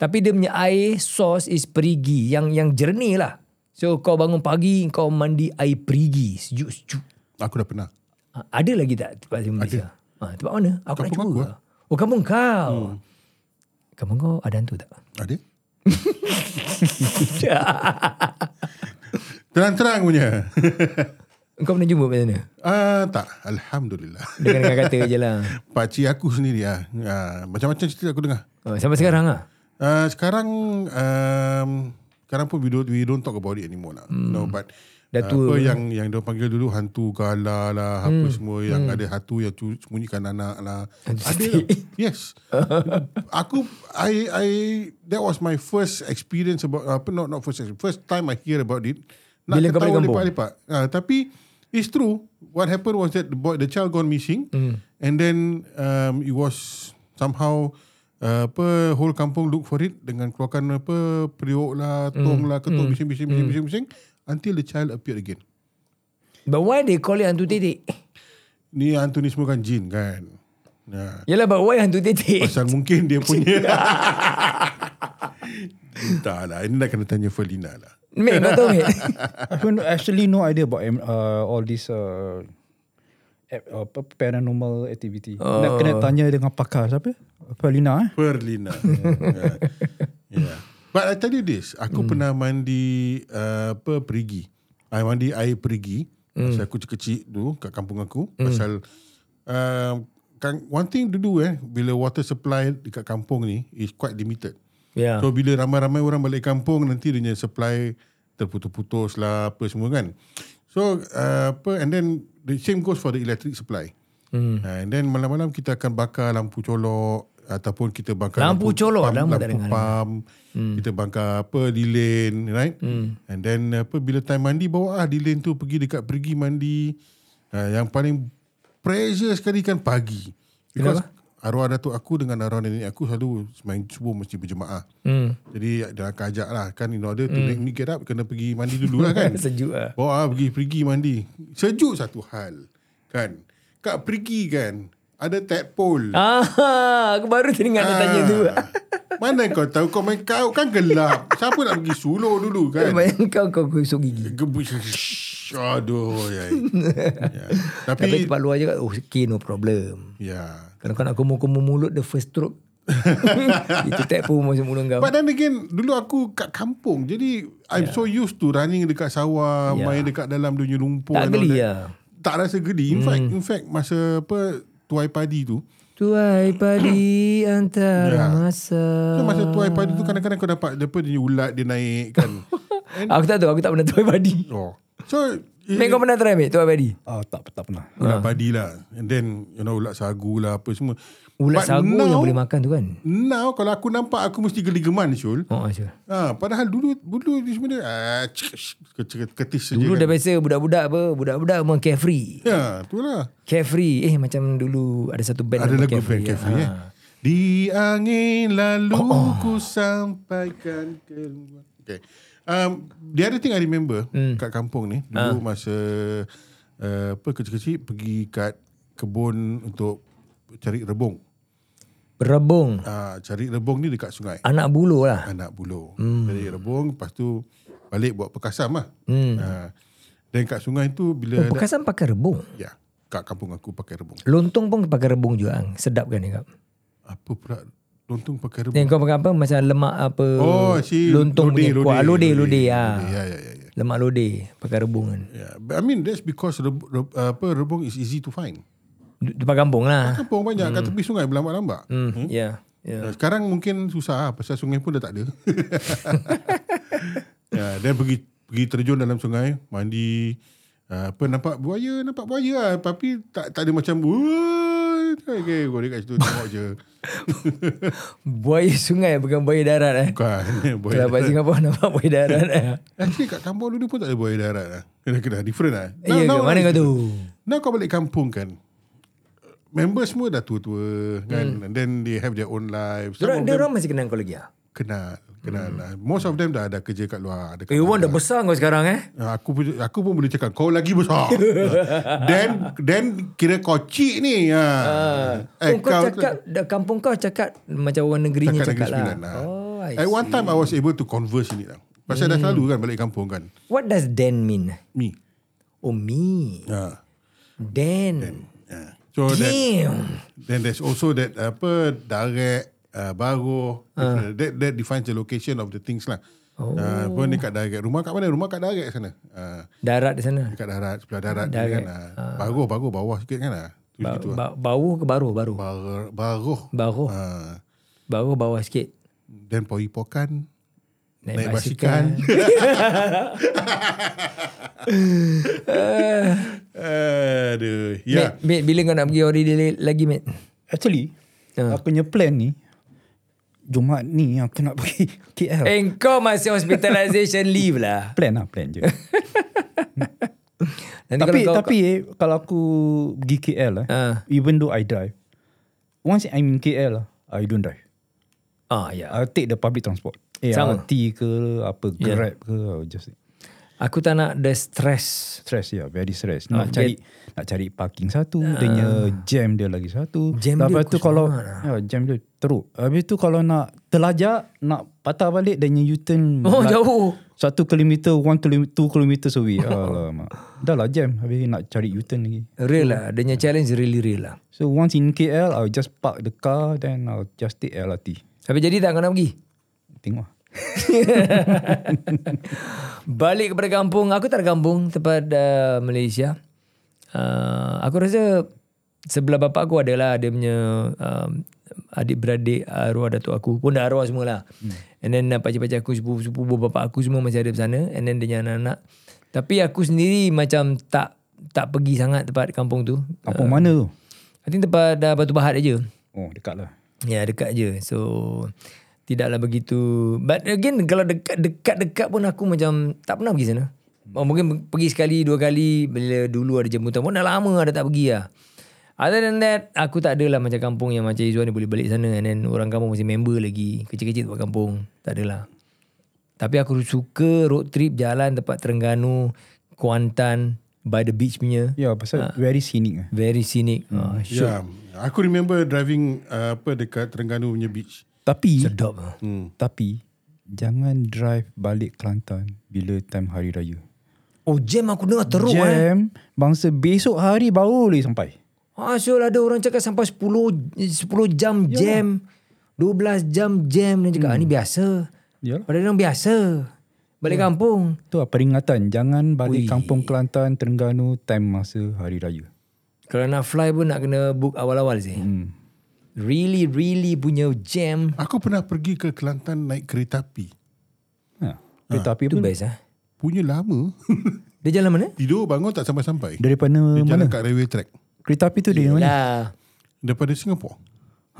Speaker 2: Tapi dia punya air source is perigi yang yang jernih lah. So kau bangun pagi kau mandi air perigi sejuk sejuk.
Speaker 1: Aku dah pernah.
Speaker 2: Ha, ada lagi tak tempat di Malaysia? Ha, tempat mana? Aku
Speaker 1: Kampung
Speaker 2: nak
Speaker 1: aku
Speaker 2: cuba.
Speaker 1: lah.
Speaker 2: oh kampung kau. Hmm. Kampung kau ada hantu tak? [laughs]
Speaker 1: Ada? Terang-terang punya. [laughs]
Speaker 2: Kau pernah jumpa macam mana?
Speaker 1: Ah tak, Alhamdulillah.
Speaker 2: Dengan kata je lah.
Speaker 1: Pakcik aku sendiri ah, ah macam-macam cerita aku dengar.
Speaker 2: Oh, sampai sekarang lah.
Speaker 1: Uh, sekarang um, sekarang pun we don't, we don't talk about it anymore lah. Hmm. No, but uh,
Speaker 2: Dah tua. Hmm.
Speaker 1: apa yang yang dia panggil dulu hantu gala lah, apa semua yang ada hantu yang cu- sembunyikan anak lah. Ada lah.
Speaker 2: [laughs]
Speaker 1: Yes. Aku I I that was my first experience about apa not not first experience, first time I hear about it. Nak
Speaker 2: Bila kau
Speaker 1: ketawa
Speaker 2: balik kampung?
Speaker 1: lepak-lepak. Uh, tapi it's true. What happened was that the boy, the child gone missing,
Speaker 2: Hmm.
Speaker 1: and then um, it was somehow uh, apa whole kampung look for it dengan keluarkan apa periuk lah,
Speaker 2: Hmm.
Speaker 1: tong lah, ketuk bising-bising bising-bising bising until the child appeared again.
Speaker 2: But why they call it hantu titik?
Speaker 1: Ni hantu ni semua kan jin kan. Nah,
Speaker 2: Yalah but why hantu titik?
Speaker 1: pasal mungkin dia
Speaker 2: [laughs]
Speaker 1: punya. Entahlah, ini nak kena tanya Felina lah.
Speaker 2: Mate kau tahu
Speaker 1: [laughs]
Speaker 2: mate?
Speaker 3: I have actually no idea about um, uh, all this uh, ap- uh, apa, paranormal activity. Oh. Nak kena tanya dengan pakar siapa? Perlina eh?
Speaker 1: Perlina. yeah. yeah. But I tell you this, aku pernah mandi uh, apa perigi. I mandi air perigi. Mm. Masa aku kecil dulu kat kampung aku. Mm. Pasal uh, kan, one thing dulu eh, bila water supply dekat kampung ni is quite limited.
Speaker 2: Yeah.
Speaker 1: So bila ramai-ramai orang balik kampung nanti dia punya supply terputus-putus lah apa semua kan. So uh, apa and then the same goes for the electric supply. Hmm. Uh, and then malam-malam kita akan bakar lampu colok ataupun kita bakar
Speaker 2: Lampu
Speaker 1: pam,
Speaker 2: colok, lama tak
Speaker 1: lampu
Speaker 2: dengar.
Speaker 1: pam hmm. kita bakar apa di lane right hmm. and then apa bila time mandi bawa ah di lane tu pergi dekat pergi mandi uh, yang paling pressure sekali kan pagi because arwah datuk aku dengan arwah nenek aku selalu semain subuh mesti berjemaah
Speaker 2: Hmm.
Speaker 1: Jadi dia akan ajak lah kan in order to mm. make me get up kena pergi mandi dulu lah kan.
Speaker 2: [laughs] [laughs] Sejuk lah.
Speaker 1: Bawa lah pergi pergi mandi. Sejuk satu hal kan. Kak pergi kan ada tadpole.
Speaker 2: Ah, aku baru teringat dia tanya tu.
Speaker 1: Mana kau tahu kau main kau kan gelap. Siapa nak pergi suluh dulu
Speaker 2: [laughs]
Speaker 1: kan.
Speaker 2: Bayang kau kau kusuk gigi.
Speaker 1: Gebus. Aduh. Ya.
Speaker 2: [laughs]
Speaker 1: ya.
Speaker 2: Tapi
Speaker 1: Tapi
Speaker 2: tempat luar je kat, oh okay no problem.
Speaker 1: ya.
Speaker 2: Kalau kau nak kumur-kumur mulut the
Speaker 1: [laughs]
Speaker 2: first stroke. Itu tak pun masuk mulut kau.
Speaker 1: But then again Dulu aku kat kampung Jadi I'm
Speaker 2: Ya.
Speaker 1: yeah. so used to Running dekat sawah yeah.
Speaker 2: Yeah.
Speaker 1: Main dekat dalam Dunia lumpur
Speaker 2: Ya. Tak
Speaker 1: and all
Speaker 2: geli
Speaker 1: that.
Speaker 2: Hmm. lah.
Speaker 1: Tak rasa geli In fact In fact Masa apa Tuai padi tu
Speaker 2: Tuai padi
Speaker 1: Ya.
Speaker 2: antara masa.
Speaker 1: So masa tuai padi
Speaker 2: Ah.
Speaker 1: tu Kadang-kadang kau dapat Dia pun dia ulat Dia naik
Speaker 2: [laughs]
Speaker 1: kan
Speaker 2: Aku tak tahu, aku tak pernah tuai
Speaker 1: [laughs]
Speaker 2: padi.
Speaker 1: oh. So
Speaker 2: Mek kau pernah try Mek tuai padi?
Speaker 3: Ah, tak, tak pernah.
Speaker 1: Ulat padi lah And then You know ulat sagu lah Apa semua
Speaker 2: Ulat
Speaker 1: But
Speaker 2: sagu
Speaker 1: now,
Speaker 2: yang boleh makan tu kan?
Speaker 1: Now Kalau aku nampak Aku mesti geli geman Syul
Speaker 2: Oh, sure.
Speaker 1: Ha, padahal dulu dulu ni sebenarnya ah, cik, cik, cik, ketis saja.
Speaker 2: Dulu
Speaker 1: Kan.
Speaker 2: dah biasa budak-budak apa, budak-budak memang carefree.
Speaker 1: Ya, itulah.
Speaker 2: Carefree Eh macam dulu Ada satu band ya.
Speaker 1: Ada
Speaker 2: nama
Speaker 1: lagu Frank
Speaker 2: ah.
Speaker 1: Caffrey eh. Di angin lalu oh, oh. ku sampaikan ke Okay. Um, the other thing I remember
Speaker 2: Hmm.
Speaker 1: mm. kat kampung ni
Speaker 2: Ah.
Speaker 1: dulu uh. masa uh, apa kecil-kecil pergi kat kebun untuk cari rebung.
Speaker 2: Rebung
Speaker 1: Uh, cari rebung ni dekat sungai.
Speaker 2: Anak bulu lah
Speaker 1: Anak buluh. Mm. Cari rebung lepas tu balik buat perkasam lah. Mm. Uh, dan kat sungai tu bila
Speaker 2: oh, Pekasan pakai rebung
Speaker 1: dah, ya, kat kampung aku pakai rebung.
Speaker 2: Lontong pun pakai rebung juga Ang. Sedap kan dia Kak?
Speaker 1: Apa pula lontong pakai rebung?
Speaker 2: Yang kau pakai apa Macam lemak apa
Speaker 1: Oh, si
Speaker 2: Lontong
Speaker 1: lodeh,
Speaker 2: punya kuah Ah, Lodeh Lodeh ya.
Speaker 1: Ya, ya, ya. ya.
Speaker 2: Lemak lodeh Pakai rebung kan
Speaker 1: Yeah, ya, but I mean that's because reb, reb, apa rebung is easy to find.
Speaker 2: Du- Tempat kampung lah
Speaker 1: Kampung banyak kat tepi sungai berlambak-lambak.
Speaker 2: hmm. Ya yeah. yeah.
Speaker 1: Uh, Sekarang mungkin susah lah, pasal sungai pun dah tak ada. [laughs] yeah, then pergi pergi terjun dalam sungai, mandi uh, apa nampak buaya, nampak buaya lah. Tapi tak tak ada macam "Wah, okay, kau dekat situ tengok je.
Speaker 2: Buaya sungai Bukan buaya darat eh
Speaker 1: Bukan [laughs] buaya.
Speaker 2: Kalau kat Singapura [laughs] Nampak buaya darat eh
Speaker 1: Actually kat kampung dulu pun tak ada
Speaker 2: Eh,
Speaker 1: buaya darat lah. Kena kena different lah.
Speaker 2: Ya ke mana kau tu
Speaker 1: Now kau balik kampung kan member semua dah tua-tua kan and then they have their own lives.
Speaker 2: Hmm.
Speaker 1: Some of
Speaker 2: Dia
Speaker 1: them
Speaker 2: orang masih kenal kau lagi ah.
Speaker 1: kenal, kenal lah. Most of them dah ada kerja kat luar, ada kat
Speaker 2: Eh, Wan dah besar kau sekarang eh.
Speaker 1: Ah, aku pun- aku pun boleh cakap kau lagi
Speaker 2: [laughs]
Speaker 1: besar. Ah. then then kira kau cik ni. Ha.
Speaker 2: Oh, kau cakap da, kampung kau cakap macam orang negerinya
Speaker 1: cakap
Speaker 2: cakap,
Speaker 1: negeri
Speaker 2: lah.
Speaker 1: sembilan lah.
Speaker 2: Oh, I Hmm.
Speaker 1: At one time I was able to converse in it lah. Pasal dah selalu kan balik kampung kan.
Speaker 2: What does Dan mean?
Speaker 1: Me.
Speaker 2: Oh me.
Speaker 1: Ha.
Speaker 2: Dan.
Speaker 1: Yeah. ya. So that,
Speaker 2: Damn.
Speaker 1: then there's also that apa direct uh, baru uh.
Speaker 2: Ah.
Speaker 1: that that defines the location of the things lah. Oh. Uh, pun dekat direct. Rumah kat mana? Rumah kat direct sana. Uh,
Speaker 2: Darat di sana.
Speaker 1: dekat darat, sebelah darat. tu
Speaker 2: Direct.
Speaker 1: Kan,
Speaker 2: Ah.
Speaker 1: uh. Baru, baru, bawah sikit kan lah. Tu
Speaker 2: Ba-
Speaker 1: gitu lah.
Speaker 2: ba- bau ke baru baru?
Speaker 1: Baru, baru.
Speaker 2: Baru.
Speaker 1: Uh,
Speaker 2: Baru bawah sikit.
Speaker 1: then poipokan.
Speaker 2: Naik
Speaker 1: Naik
Speaker 2: basikal.
Speaker 1: basikan.
Speaker 2: [laughs]
Speaker 1: Aduh. Ya.
Speaker 2: Mate, mate, bila kau nak pergi holiday la- lagi, mate?
Speaker 3: Actually,
Speaker 2: Ha.
Speaker 3: aku punya plan ni, Jumaat ni aku nak pergi [laughs] KL. Eh.
Speaker 2: Eh, kau masih hospitalization leave lah.
Speaker 3: Plan lah, plan
Speaker 2: [laughs]
Speaker 3: je.
Speaker 2: Nanti
Speaker 3: tapi
Speaker 2: kalau kau-
Speaker 3: tapi eh, kalau aku pergi KL, eh,
Speaker 2: Ah.
Speaker 3: even though I drive, once I'm in KL, lah, I don't drive.
Speaker 2: Ah, ya.
Speaker 3: I'll take the public transport.
Speaker 2: Sama. Ya.
Speaker 3: ART ke, apa, Grab ke, I'll just
Speaker 2: Aku tak nak the stress
Speaker 3: stress ya, yeah, very stress.
Speaker 2: Ah,
Speaker 3: Nak cari nak cari parking satu, uh, dia punya jam dia lagi satu.
Speaker 2: Jam dia lah.
Speaker 3: Lepas tu
Speaker 2: aku
Speaker 3: kalau
Speaker 2: semangat
Speaker 3: ya, jam dia teruk. Habis tu kalau nak terlajak, nak patah balik dia punya U-turn.
Speaker 2: [laughs] Oh,
Speaker 3: nak-
Speaker 2: jauh.
Speaker 3: Satu kilometer, one kilometer, two kilometers away. Alamak. Dah lah jam. Habis nak cari U-turn lagi.
Speaker 2: Real lah. Dia punya challenge really real lah.
Speaker 3: So once in KL, I'll just park the car, then I'll just take LRT.
Speaker 2: Habis jadi tak kau nak pergi?
Speaker 3: Tengok. lah.
Speaker 2: Balik kepada kampung. Aku tak ada kampung tempat uh, Malaysia. Uh, aku rasa sebelah bapak aku adalah dia punya um, adik-beradik arwah datuk aku pun dah arwah semualah. Hmm. And then uh, pakcik-pakcik aku, sepupu-sepupu bapak aku semua masih ada di sana. And then dia punya anak-anak. Tapi aku sendiri macam tak tak pergi sangat tempat kampung tu.
Speaker 3: Kampung uh, mana tu?
Speaker 2: I think tempat uh, Batu Pahat aja.
Speaker 3: Oh, dekat lah.
Speaker 2: Ya dekat je So Tidaklah begitu But again Kalau dekat Dekat-dekat pun aku macam Tak pernah pergi sana Oh, Mungkin pergi sekali Dua kali Bila dulu ada jemputan Pun dah lama ada tak pergi lah Other than that Aku tak adalah macam kampung Yang macam Izzuan ni boleh balik sana And then orang kampung masih member lagi Kecil-kecil tempat kampung Tak adalah Tapi aku suka road trip Jalan tempat Terengganu Kuantan By the beach punya
Speaker 3: Ya, yeah,
Speaker 2: Ah.
Speaker 3: pasal very scenic. lah.
Speaker 2: Very scenic hmm. uh,
Speaker 1: Ya. Aku remember driving uh, apa dekat Terengganu punya beach.
Speaker 3: Tapi,
Speaker 2: Sedap lah
Speaker 1: Hmm.
Speaker 3: Tapi jangan drive balik Kelantan bila time hari raya.
Speaker 2: Oh jam aku dengar teruk eh
Speaker 3: Jam bangsa besok hari baru boleh sampai.
Speaker 2: Ah, so ada orang cakap sampai 10 10 jam jam. 12 jam jam dia cakap hmm. Ya. ah, ni biasa.
Speaker 3: Yalah.
Speaker 2: Padahal orang biasa. Balik yeah. kampung.
Speaker 3: Tu lah peringatan jangan balik
Speaker 2: Ui.
Speaker 3: kampung Kelantan Terengganu time masa hari raya.
Speaker 2: Kalau nak fly pun nak kena book awal-awal sih. Hmm. Really really punya jam.
Speaker 1: Aku pernah pergi ke Kelantan naik kereta api.
Speaker 3: Ha. Tetapi
Speaker 2: Itu
Speaker 3: pun
Speaker 2: best ah.
Speaker 1: Punya lama. [laughs]
Speaker 2: Dia jalan mana?
Speaker 1: Tidur bangun tak sampai-sampai.
Speaker 3: daripada
Speaker 1: Dia jalan
Speaker 3: mana?
Speaker 1: kat railway track.
Speaker 3: Kereta api tu dari mana?
Speaker 2: Lah.
Speaker 1: Daripada Singapura.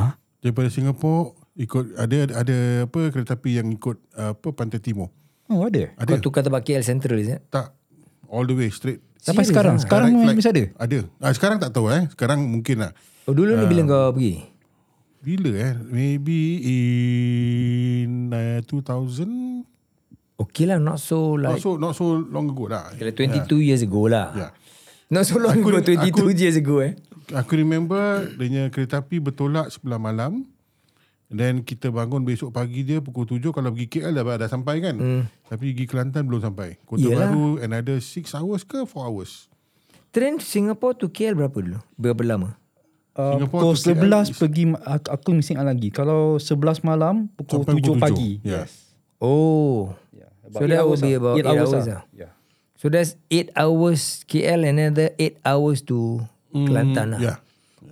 Speaker 3: Ha?
Speaker 1: Daripada Singapura ikut ada ada apa kereta api yang ikut uh, apa pantai timur.
Speaker 3: Oh
Speaker 2: Kau
Speaker 3: ada.
Speaker 1: Ada
Speaker 2: tukar tempat KL Central is it?
Speaker 1: tak all the way straight.
Speaker 3: Sampai
Speaker 2: Serious
Speaker 3: sekarang.
Speaker 2: ah?
Speaker 3: Sekarang
Speaker 1: Direct
Speaker 3: memang
Speaker 1: flight.
Speaker 3: masih ada.
Speaker 1: Ada. Ah, sekarang tak tahu eh. Sekarang mungkin lah.
Speaker 2: Oh dulu ni bila kau pergi?
Speaker 1: Bila eh? Maybe in uh, 2000.
Speaker 2: Okay lah not so
Speaker 1: Not
Speaker 2: like
Speaker 1: so not so long ago lah.
Speaker 2: Kira 22 years ago lah.
Speaker 1: Yeah.
Speaker 2: Not so long
Speaker 1: Aku-
Speaker 2: ago 22
Speaker 1: aku-
Speaker 2: years ago eh.
Speaker 1: Aku remember dia punya kereta api bertolak sebelah malam. Then kita bangun besok pagi dia pukul 7 kalau pergi KL dah, dah sampai kan. Hmm. Tapi pergi Kelantan belum sampai. Kota Yelah.
Speaker 2: Yelah.
Speaker 1: Baru another 6 hours ke 4 hours.
Speaker 2: Train Singapore to KL berapa dulu? Berapa lama?
Speaker 3: Uh,
Speaker 1: Singapore
Speaker 3: pukul
Speaker 1: to KL
Speaker 3: 11 pergi aku, aku mesti ingat lagi. Kalau 11 malam pukul
Speaker 1: Sampai
Speaker 3: 7
Speaker 1: pukul
Speaker 3: pagi.
Speaker 1: Yeah.
Speaker 2: Oh.
Speaker 3: Yeah.
Speaker 2: So that will be about 8 hours, hours lah.
Speaker 3: Yeah.
Speaker 2: So that's 8 hours KL and another 8 hours to Kelantan lah.
Speaker 1: Mm, yeah.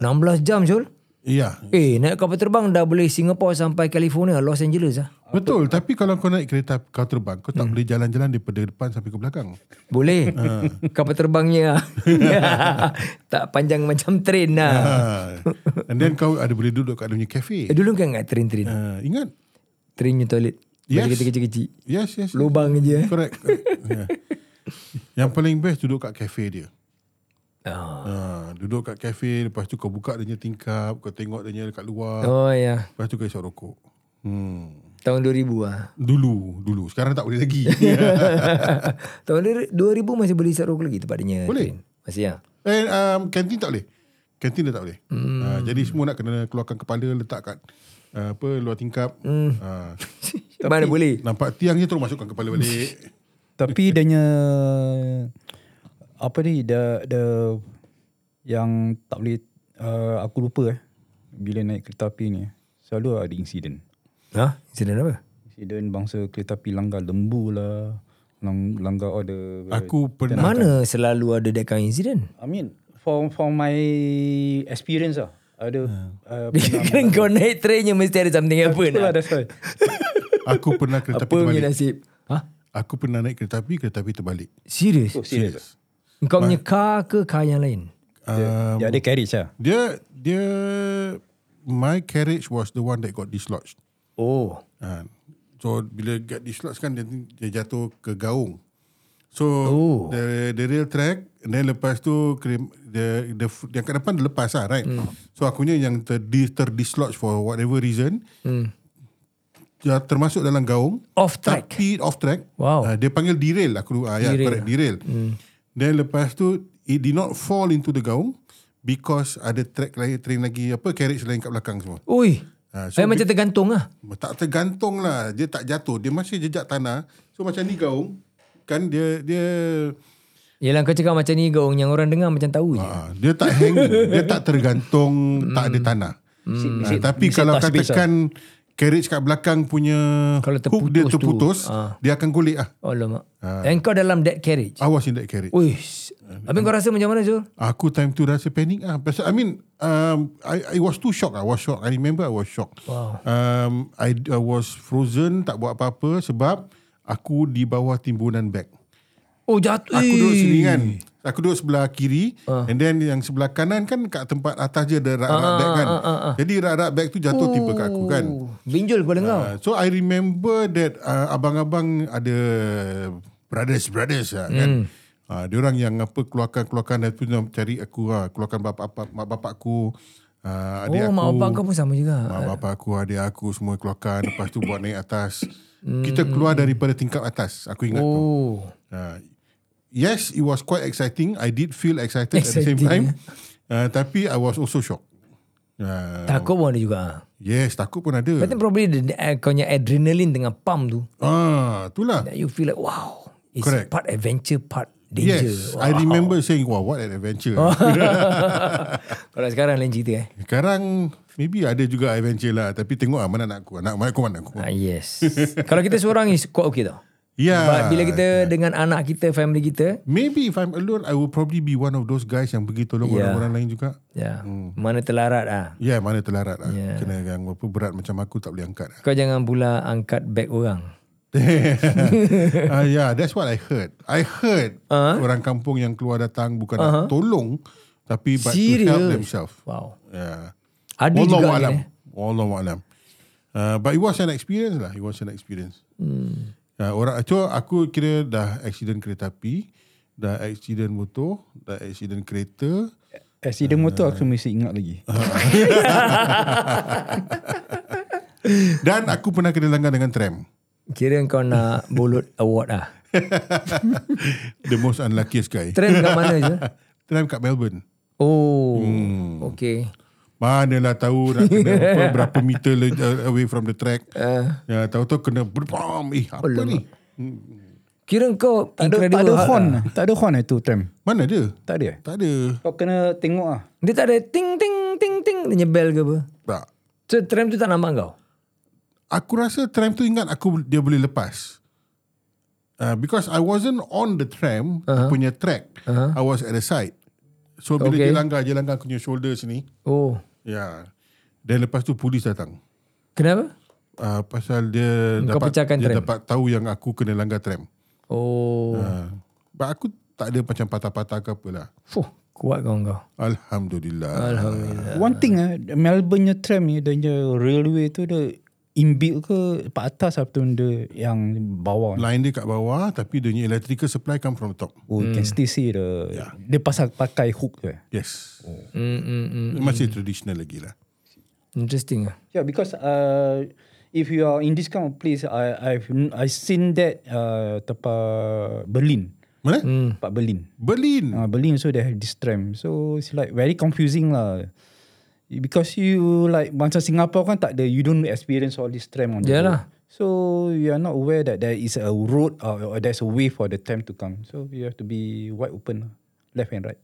Speaker 2: 16 jam Syul.
Speaker 1: Ya.
Speaker 2: Eh, naik kapal terbang dah boleh Singapore sampai California, Los Angeles lah.
Speaker 1: Betul. Tapi kalau kau naik kereta api, kau terbang, kau tak boleh jalan-jalan daripada depan sampai ke belakang. [laughs]
Speaker 2: Boleh.
Speaker 1: Ah.
Speaker 2: kapal terbangnya. [laughs] tak panjang macam train lah.
Speaker 1: Ha. And then kau ada boleh duduk kat dia punya cafe.
Speaker 2: Eh, dulu kan ingat train-train.
Speaker 1: Uh, ingat?
Speaker 2: Train punya toilet.
Speaker 1: Yes.
Speaker 2: Yes. Kita kecil-kecil.
Speaker 1: Yes, yes. yes.
Speaker 2: Lubang je eh.
Speaker 1: Correct. Ya. yeah. Yang paling best duduk kat cafe dia.
Speaker 2: Ah.
Speaker 1: Ah, duduk kat kafe, lepas tu kau buka dia punya tingkap, kau tengok dia punya dekat luar.
Speaker 2: Oh ya.
Speaker 1: Lepas tu kau isap rokok. Hmm.
Speaker 2: Tahun 2000 ah.
Speaker 1: Dulu, dulu. Sekarang tak boleh lagi.
Speaker 2: [laughs]
Speaker 1: Ya.
Speaker 2: Tahun 2000 masih boleh isap rokok lagi tempatnya.
Speaker 1: Boleh.
Speaker 2: Masih ya.
Speaker 1: And um, kantin tak boleh. Kantin dia tak boleh. Hmm. Uh, jadi semua nak kena keluarkan kepala, letak kat uh, apa luar tingkap. Hmm. Uh,
Speaker 2: Mana boleh?
Speaker 1: nampak tiang je terus masukkan kepala balik.
Speaker 3: [laughs] Tapi dia punya apa ni the the yang tak boleh uh, aku lupa eh bila naik kereta api ni selalu ada insiden.
Speaker 2: Ha? Insiden apa?
Speaker 3: Insiden bangsa kereta api langgar lembu lah, lang, langgar order.
Speaker 1: Aku pernah
Speaker 2: Mana selalu ada that kind of incident?
Speaker 3: I mean for for my experience lah ada uh,
Speaker 2: [laughs]
Speaker 3: [laughs]
Speaker 2: Kira kau naik trainnya mesti ada something happen
Speaker 3: itulah
Speaker 2: lah.
Speaker 3: that's why.
Speaker 1: aku pernah kereta
Speaker 2: Apa
Speaker 1: api
Speaker 2: punya
Speaker 1: terbalik.
Speaker 2: nasib? Ha?
Speaker 1: Aku pernah naik kereta api, kereta api terbalik.
Speaker 2: Serius?
Speaker 3: Oh, serius.
Speaker 2: Kau punya car ke car yang lain?
Speaker 1: Um,
Speaker 3: Dia ada carriage lah.
Speaker 1: dia dia my carriage was the one that got dislodged.
Speaker 2: Oh.
Speaker 1: Ha. So bila get dislodged kan dia, dia jatuh ke gaung. So
Speaker 2: Oh.
Speaker 1: the the rail track and then lepas tu krim, the the f- yang kat depan dia lepas lah right.
Speaker 2: Hmm.
Speaker 1: Mm. So akunya yang ter terdislodge for whatever reason. Mm. Dia termasuk dalam gaung.
Speaker 2: Hmm. Off track.
Speaker 1: Tapi off track.
Speaker 2: Wow.
Speaker 1: Ah, dia panggil derail aku uh, ya
Speaker 2: Derail. lah. Hmm.
Speaker 1: correct derail. Mm. Then lepas tu it did not fall into the gaung because ada track lain train lagi apa carriage lain kat belakang semua.
Speaker 2: Ui.
Speaker 1: Ah, so
Speaker 2: Saya macam tergantung lah.
Speaker 1: Tak tergantung lah. Dia tak jatuh. Dia masih jejak tanah. So macam ni gaung. Kan dia dia
Speaker 2: Yelah kau cakap macam ni gaung yang orang dengar macam tahu je.
Speaker 1: ah, dia tak [laughs] hanging. dia tak tergantung. tak ada tanah. Hmm.
Speaker 3: Bisik-
Speaker 1: tapi
Speaker 3: bisik
Speaker 1: kalau
Speaker 3: touch base
Speaker 1: katakan carriage kat belakang punya
Speaker 2: lah. Kalau
Speaker 1: hook dia
Speaker 2: terputus tu, Ah.
Speaker 1: terputus. Dia akan golek lah.
Speaker 2: Alamak. And kau dalam that carriage?
Speaker 1: I was in that carriage.
Speaker 2: Ui. Habis kau rasa macam mana Zul?
Speaker 1: Aku time tu rasa panik ah. Pasal I mean um, I I was too shocked. I was shocked. I remember I was shocked.
Speaker 2: Wow.
Speaker 1: Um, I, I was frozen tak buat apa-apa sebab aku di bawah timbunan beg.
Speaker 2: Oh jatuh.
Speaker 1: Aku
Speaker 2: Ui.
Speaker 1: duduk sini kan. Aku duduk sebelah kiri
Speaker 2: Ah.
Speaker 1: and then yang sebelah kanan kan kat tempat atas je ada rak-rak beg kan.
Speaker 2: ah,
Speaker 1: Jadi rak-rak beg tu jatuh tiba kat aku kan.
Speaker 2: Oh, Binjul kepala kau.
Speaker 1: Uh, so I remember that uh, abang-abang ada brothers brothers lah, kan.
Speaker 2: Hmm.
Speaker 1: Uh, diorang yang apa keluarkan-keluarkan dan tu nak cari aku lah. keluarkan bapak mak bapak aku uh, adik
Speaker 2: Oh
Speaker 1: aku.
Speaker 2: mak bapak kau pun sama juga.
Speaker 1: Mak bapak aku, adik aku semua keluarkan lepas tu buat naik atas.
Speaker 2: Hmm.
Speaker 1: Kita keluar daripada tingkap atas. Aku ingat tu.
Speaker 2: Oh.
Speaker 1: Uh, yes, it was quite exciting. I did feel excited, at the same
Speaker 2: Exciting,
Speaker 1: time. Uh, tapi I was also shocked. Uh,
Speaker 2: Takut pun ada juga.
Speaker 1: yes, takut pun ada.
Speaker 2: Tapi probably the, uh, kau punya adrenaline tengah pump tu.
Speaker 1: Ah, itulah.
Speaker 2: That you feel like wow. It's
Speaker 1: Correct.
Speaker 2: part adventure, part danger. Oh.
Speaker 1: Yes, I remember saying, wow, what an adventure.
Speaker 2: [laughs] Kalau sekarang lain cerita eh.
Speaker 1: [laughs] Sekarang, maybe ada juga adventure lah. Tapi tengok lah, mana nak aku. Nak mana aku, mana aku.
Speaker 2: Ah,
Speaker 3: [laughs]
Speaker 2: yes. Kalau kita seorang is quite okay tau.
Speaker 1: Ya.
Speaker 2: But bila
Speaker 3: Ah,
Speaker 2: kita dengan anak kita, family kita,
Speaker 1: Maybe if I'm alone, I will probably be one of those guys yang pergi tolong
Speaker 2: Yeah.
Speaker 1: orang-orang lain juga.
Speaker 2: ya,
Speaker 3: Hmm.
Speaker 2: mana telarat ah.
Speaker 1: Ya, yeah, mana terlarat lah. Kena yang apa, berat macam aku tak boleh angkat.
Speaker 2: Kau jangan pula angkat beg orang.
Speaker 1: [laughs] uh, yeah, that's what I heard. I heard uh-huh. orang kampung yang keluar datang bukan uh-huh. nak tolong tapi but to help
Speaker 2: Serious?
Speaker 1: themselves.
Speaker 2: Wow.
Speaker 1: Yeah.
Speaker 2: Ada
Speaker 1: Wallahu
Speaker 2: juga
Speaker 1: alam.
Speaker 2: ni. eh?
Speaker 1: Wallahu alam. Uh, but it was an experience lah. It was an experience. Hmm. Uh, orang so aku kira dah accident kereta api, dah accident motor, dah accident kereta. [laughs]
Speaker 3: Accident motor aku mesti ingat lagi.
Speaker 1: Dan aku pernah kena langgar dengan tram. [laughs]
Speaker 2: Kira kau nak bolut award ah.
Speaker 1: The most unluckiest guy.
Speaker 2: Trend kat mana
Speaker 3: [laughs]
Speaker 2: je?
Speaker 1: [laughs] Tram kat Melbourne.
Speaker 2: Oh.
Speaker 3: Hmm.
Speaker 2: Okay.
Speaker 1: Manalah tahu nak
Speaker 2: [laughs]
Speaker 1: kena apa, berapa meter le, uh, away from the track.
Speaker 2: Eh.
Speaker 1: Uh. Ya, tahu-tahu kena berbom. Eh, apa ni?
Speaker 2: Kira kau ah.
Speaker 3: Tak ada, tak ada horn. Tak ada horn eh tu tram.
Speaker 1: Mana dia?
Speaker 3: Tak ada eh?
Speaker 1: Tak ada.
Speaker 3: Kau kena tengok ah.
Speaker 2: Dia tak ada ting ting ting ting dia punya bell ke apa.
Speaker 1: Tak.
Speaker 2: So tram tu tak nampak kau.
Speaker 1: Aku rasa tram tu ingat aku dia boleh lepas. Uh, because I wasn't on the tram uh-huh. punya track. Uh-huh. I was at the side. So bila
Speaker 2: Okay.
Speaker 1: dia langgar, dia langgar aku punya shoulder sini.
Speaker 2: Oh.
Speaker 1: Ya. Yeah. Dan lepas tu polis datang.
Speaker 2: Kenapa?
Speaker 1: Uh, pasal dia
Speaker 2: Kau
Speaker 1: dapat
Speaker 2: pecahkan
Speaker 1: dia
Speaker 2: tram.
Speaker 1: dapat tahu yang aku kena langgar tram.
Speaker 2: Oh.
Speaker 1: Uh, but aku tak ada macam patah-patah ke apa lah.
Speaker 2: Fuh, kuat kau kau.
Speaker 1: Alhamdulillah. Alhamdulillah.
Speaker 3: eh, One thing ah, Melbourne punya tram ni, dia punya railway tu dia inbuilt ke Pak atas apa tu benda yang bawah ni.
Speaker 1: Line dia kat bawah tapi dia punya electrical supply come from the top.
Speaker 3: Oh, you can still see the yeah. dia pasang pakai hook tu. Eh.
Speaker 1: Yes. Oh.
Speaker 2: Mm, mm, mm.
Speaker 1: Masih traditional lagi lah.
Speaker 2: Interesting ah.
Speaker 3: Yeah, because uh, if you are in this kind of place, I I've I seen that uh, tempat Berlin,
Speaker 1: Mana? Hmm.
Speaker 3: tempat Berlin.
Speaker 1: Berlin.
Speaker 3: Uh, Berlin so they have this tram. So it's like very confusing lah. Because you like macam Singapore kan tak ada you don't experience all this tram on the
Speaker 2: Yalah.
Speaker 3: road. So you are not aware that there is a road or, or there's a way for the tram to come. So you have to be wide open lah, left and right.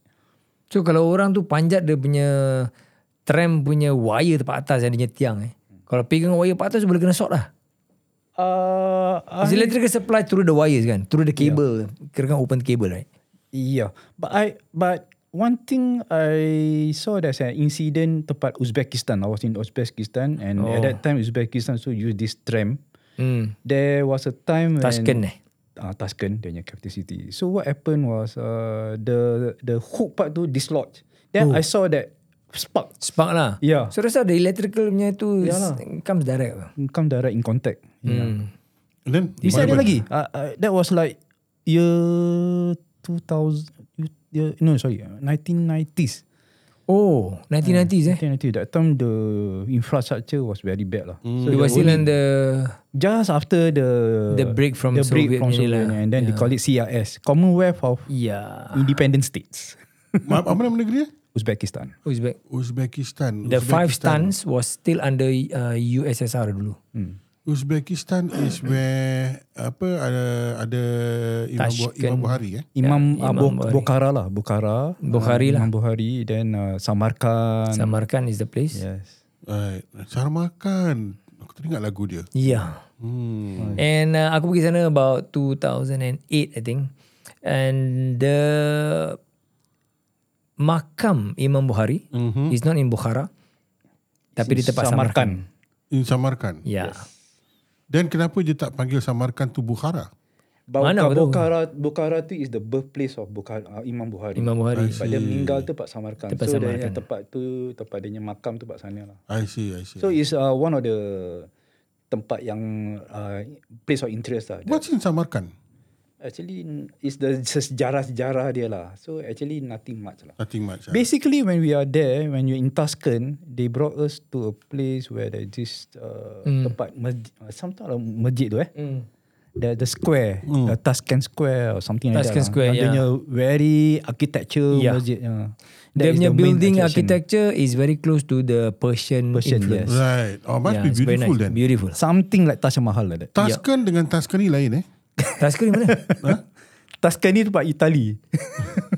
Speaker 2: So kalau orang tu panjat dia punya tram punya wire tempat atas yang dia punya tiang eh. Kalau pegang wire tempat atas tu boleh kena short lah.
Speaker 3: Uh,
Speaker 2: It's electrical supply through the wires kan, through the cable. Yeah. Kira kan open cable right.
Speaker 3: Yeah, but I but one thing I saw there's an incident tempat Uzbekistan. I was in Uzbekistan and oh. at that time Uzbekistan so use this tram.
Speaker 2: Hmm.
Speaker 3: There was a time
Speaker 2: Tashkent
Speaker 3: when
Speaker 2: eh.
Speaker 3: Ah, Tashkent, dia punya capital city. So what happened was uh, the the hook part tu dislodge. Then I saw that spark
Speaker 2: Spark lah.
Speaker 3: Yeah.
Speaker 2: So rasa ada electrical punya tu is- comes direct. lah.
Speaker 3: come direct in contact. Yeah.
Speaker 2: Hmm.
Speaker 1: And then
Speaker 3: Is
Speaker 1: what
Speaker 3: ada
Speaker 1: happened?
Speaker 3: lagi? Uh, uh, that was like year 2000 year, no sorry 1990s.
Speaker 2: Oh, 1990s eh.
Speaker 3: Then until that time the infrastructure was very bad lah. Mm. So
Speaker 2: They were still on the
Speaker 3: just after the
Speaker 2: The break from
Speaker 3: the break
Speaker 2: Soviet
Speaker 3: from
Speaker 2: punya ni
Speaker 3: Soviet
Speaker 2: lah.
Speaker 3: and then they call it CIS Commonwealth of
Speaker 2: yeah.
Speaker 3: Independent States [laughs]
Speaker 1: Ma- apa nama negeri dia?
Speaker 3: Uzbekistan.
Speaker 2: Who's back?
Speaker 1: Uzbekistan.
Speaker 2: The five
Speaker 1: Uzbekistan.
Speaker 2: stans was still under uh, USSR dulu.
Speaker 1: Uzbekistan is where apa ada ada Imam, Bu-
Speaker 2: Tashkent.
Speaker 1: Imam Bukhari eh.
Speaker 3: Imam,
Speaker 2: Yeah, Ya,
Speaker 3: yeah,
Speaker 2: Imam Bukhari.
Speaker 3: Bukhara lah, Bukhara.
Speaker 2: Bukhari lah.
Speaker 3: Imam Bukhari then uh, Samarkand.
Speaker 2: Samarkand is the place. Yeah.
Speaker 3: yes.
Speaker 1: Right. Sarmakan. Aku teringat lagu dia. Hmm.
Speaker 2: And uh, aku pergi sana about 2008 I think. And the makam Imam Bukhari
Speaker 1: Mhm.
Speaker 2: is not in Bukhara. Tapi di tempat Samarkand.
Speaker 3: Samarkand.
Speaker 1: In Samarkand.
Speaker 2: Yeah.
Speaker 1: Then kenapa dia tak panggil Samarkand tu Bukhara?
Speaker 3: Bau-
Speaker 2: Mana aku tahu?
Speaker 3: Bukhara, Bukhara tu is the birthplace of Bukhara, uh, Imam Bukhari. Ah,
Speaker 2: Imam Bukhari.
Speaker 3: But dia meninggal tu tempat Samarkand.
Speaker 2: Tempat
Speaker 3: so
Speaker 2: Samarkand.
Speaker 3: dia tempat tu, tempat dia punya makam tu tempat sana lah.
Speaker 1: I see, I see.
Speaker 3: So it's uh, one of the tempat yang uh, place of interest lah.
Speaker 1: What's in Samarkand?
Speaker 3: Actually it's the sejarah-sejarah dia lah. So actually nothing much lah.
Speaker 1: Nothing much. ah.
Speaker 3: Basically when we are there, when you're in Tuscan, they brought us to a place where there this uh,
Speaker 2: Hmm.
Speaker 3: mm. tempat masjid, uh, something like masjid tu eh.
Speaker 2: Mm.
Speaker 3: The the square, mm. the Tuscan Square or something like that.
Speaker 2: Tuscan Square,
Speaker 3: lah. Yang dia
Speaker 2: yeah.
Speaker 3: punya very architecture
Speaker 2: Yeah.
Speaker 3: masjid. Uh,
Speaker 2: Dia punya building architecture is very close to the Persian,
Speaker 3: Persian,
Speaker 2: influence.
Speaker 1: Right. Oh, must be
Speaker 2: it's very
Speaker 1: beautiful
Speaker 2: nice.
Speaker 1: then.
Speaker 3: [laughs]
Speaker 2: Beautiful.
Speaker 3: Something like Taj Mahal like that.
Speaker 1: Tuscan
Speaker 2: Ya.
Speaker 1: dengan Tuscany lain eh.
Speaker 2: Tuscany mana?
Speaker 3: Tuscan ni tempat Itali.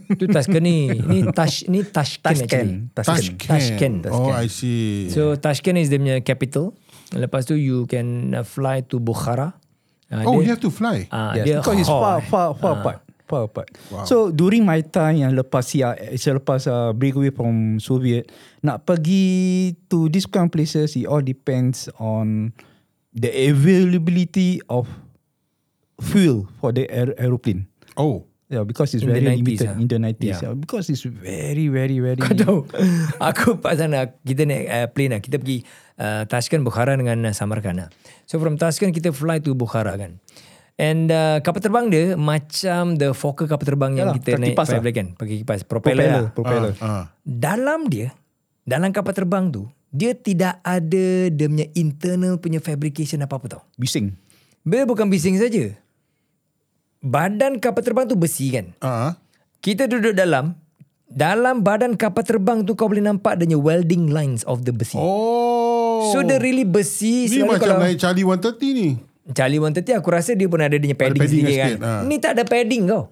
Speaker 2: Itu Tuscany. Ni Tash ni Tashkent actually.
Speaker 3: Tuscan. Tuscan.
Speaker 2: Tashkent.
Speaker 1: Oh, I see.
Speaker 2: So Tashkent is the punya capital. Lepas tu you can uh, fly to Bukhara. Uh,
Speaker 1: oh, you
Speaker 2: dia,
Speaker 1: have to fly.
Speaker 2: uh,
Speaker 3: Yes,
Speaker 2: dia Ah.
Speaker 3: because it's far,
Speaker 2: hall. [laughs]
Speaker 3: far, far apart. Far apart. So during my time yang lepas CIS, selepas uh, breakaway from Soviet, nak pergi to these kind of places, it all depends on the availability of fuel for the aer- aeroplane.
Speaker 1: Oh.
Speaker 3: Yeah, because it's
Speaker 2: In the 90s,
Speaker 3: very limited
Speaker 2: ah.
Speaker 3: in the 90s.
Speaker 2: Yeah.
Speaker 3: Yeah. Because it's very, very, very...
Speaker 2: Kau tahu Aku pas sana Kita naik uh, plane lah Kita pergi uh, Tashkent Bukhara dengan uh, Samarkand lah. So from Tashkent Kita fly to Bukhara kan And uh, kapal terbang dia Macam the Fokker kapal terbang Yang
Speaker 3: Yalah,
Speaker 2: kita
Speaker 3: pakai
Speaker 2: naik
Speaker 3: kipas
Speaker 2: private kan Pakai kipas Propeller, lah.
Speaker 3: propeller.
Speaker 1: Ah.
Speaker 2: Dalam dia Dalam kapal terbang tu Dia tidak ada Dia punya internal punya fabrication apa-apa tau
Speaker 3: Bising.
Speaker 2: Dia bukan bising saja Badan kapal terbang tu besi kan
Speaker 1: Ah.
Speaker 2: kita duduk dalam dalam badan kapal terbang tu kau boleh nampak adanya welding lines of the besi. Oh.
Speaker 1: Oh.
Speaker 2: So dia really besi
Speaker 1: Ni
Speaker 2: selalu
Speaker 1: macam
Speaker 2: kalau
Speaker 1: naik Charlie 130 ni.
Speaker 2: Charlie 130 aku rasa dia pun ada dia punya padding,
Speaker 1: padding
Speaker 2: sedikit kan.
Speaker 1: sikit, ha.
Speaker 2: Ni tak ada padding kau.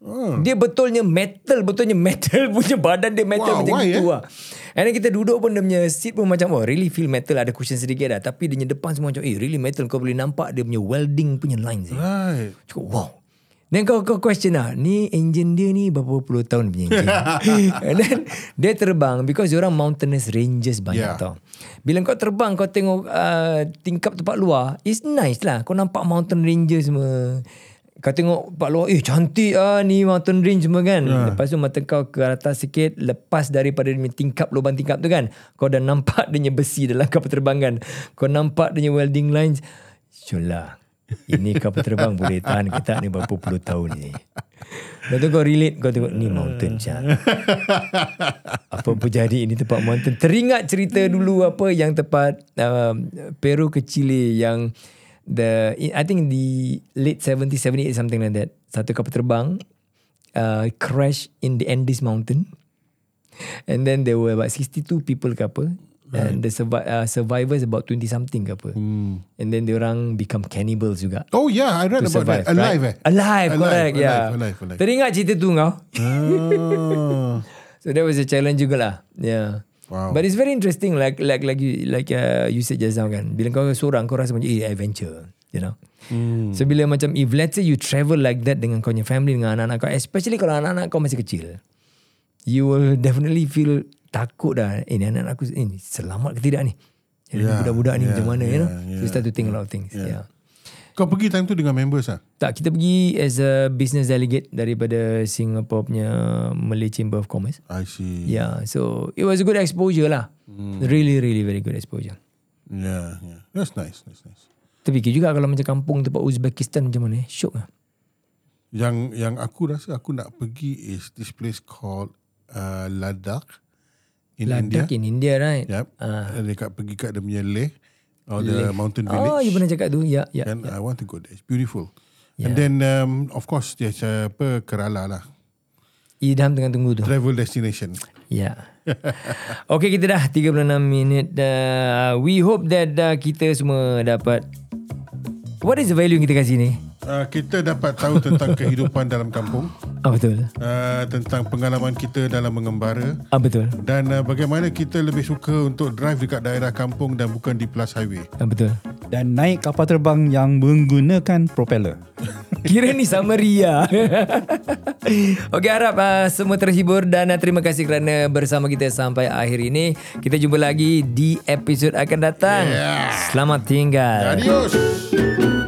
Speaker 1: Oh.
Speaker 2: Dia betulnya metal, betulnya metal [laughs] punya badan dia
Speaker 1: Wow,
Speaker 2: metal macam
Speaker 1: why,
Speaker 2: itu
Speaker 1: eh?
Speaker 2: lah. And then kita duduk pun dia punya seat pun macam oh really feel metal ada cushion sedikit dah tapi dia punya depan semua macam eh really metal kau boleh nampak dia punya welding punya lines. Eh.
Speaker 1: Right.
Speaker 2: Cukup wow. Then kau, kau question lah Ni engine dia ni Berapa puluh tahun
Speaker 1: [laughs]
Speaker 2: punya engine And then Dia terbang Because orang mountainous ranges Banyak
Speaker 1: Yeah.
Speaker 2: tau Bila kau terbang Kau tengok uh, Tingkap tempat luar It's nice lah Kau nampak mountain ranges semua Kau tengok Pak Luar Eh cantik ah Ni mountain range semua kan Lepas tu mata kau ke atas sikit Lepas daripada dia punya tingkap Lubang tingkap tu kan Kau dah nampak Dia punya besi dalam kapal terbangan Kau nampak Dia punya welding lines Syulah Ini kapal terbang Boleh tahan kita ni Berapa puluh tahun ni Lepas tu kau relate Kau tengok Ni mountain cantik apa pun jadi ini tempat mountain. Teringat cerita dulu apa yang tempat um, Peru ke Chile yang the I think the late 70 78 something like that. Satu kapal terbang uh, crash in the Andes mountain. And then there were about 62 people ke apa. And the survi- uh, survivors about 20 something ke apa. Hmm. And then they orang become cannibals juga.
Speaker 1: Oh yeah, I read
Speaker 2: To
Speaker 1: about
Speaker 2: survive,
Speaker 1: that. Alive
Speaker 2: right? [laughs]
Speaker 1: eh?
Speaker 2: Alive, correct.
Speaker 1: alive,
Speaker 2: yeah.
Speaker 1: Alive, alive.
Speaker 2: Teringat cerita tu kau.
Speaker 1: Ah.
Speaker 2: So that was a challenge juga lah. Yeah.
Speaker 1: Wow.
Speaker 2: But it's very interesting like like like you like uh, you said just now kan. Bila kau seorang kau rasa macam eh adventure, you know.
Speaker 1: Hmm.
Speaker 2: Mm. So bila macam if let's say you travel like that dengan kau punya family dengan anak-anak kau, especially kalau anak-anak kau masih kecil, you will definitely feel takut dah. Eh ni anak aku eh, ni selamat ke tidak ni? Jadi
Speaker 1: Yeah,
Speaker 2: budak-budak ni
Speaker 1: yeah,
Speaker 2: macam mana, you know.
Speaker 1: yeah,
Speaker 2: so you start to think a lot of things. Yeah. yeah.
Speaker 1: Kau pergi time tu dengan members ah?
Speaker 2: Tak, kita pergi as a business delegate daripada Singapore punya Malay Chamber of Commerce.
Speaker 1: I see.
Speaker 2: Yeah, Ya, so it was a good exposure lah.
Speaker 1: Hmm.
Speaker 2: Mm. Really, really very good exposure.
Speaker 1: Yeah, yeah. That's nice, that's nice.
Speaker 2: Terfikir juga kalau macam kampung tempat Uzbekistan macam mana eh. Syok lah.
Speaker 1: Yang yang aku rasa aku nak pergi is this place called uh, Ladakh in India.
Speaker 2: Ladakh in India right?
Speaker 1: Yep. Uh. Dekat pergi kat dia punya Leh or the mountain village.
Speaker 2: Ah. Oh, you pernah cakap tu. Ya, ya.
Speaker 1: And I want to go there. It's beautiful. And then um, of course there's uh, apa Kerala lah.
Speaker 2: Idham tengah tunggu tu.
Speaker 1: Travel destination. [laughs]
Speaker 2: Ya. okay, kita dah 36 minit. Uh, we hope that uh, kita semua dapat... What is the value yang kita kasih ni?
Speaker 1: Uh, kita dapat tahu
Speaker 2: [laughs]
Speaker 1: tentang kehidupan dalam kampung,
Speaker 2: Ah, betul.
Speaker 1: uh, tentang pengalaman kita dalam mengembara
Speaker 2: Ah, betul.
Speaker 1: dan uh, bagaimana kita lebih suka untuk drive dekat daerah kampung dan bukan di plus highway.
Speaker 2: Ah, betul.
Speaker 3: Dan naik kapal terbang yang menggunakan propeller.
Speaker 2: Kira ni sama Ria [laughs] Okey harap uh, semua terhibur Dan uh, terima kasih kerana bersama kita sampai akhir ini Kita jumpa lagi di episod akan datang yeah. Selamat tinggal
Speaker 1: Adios!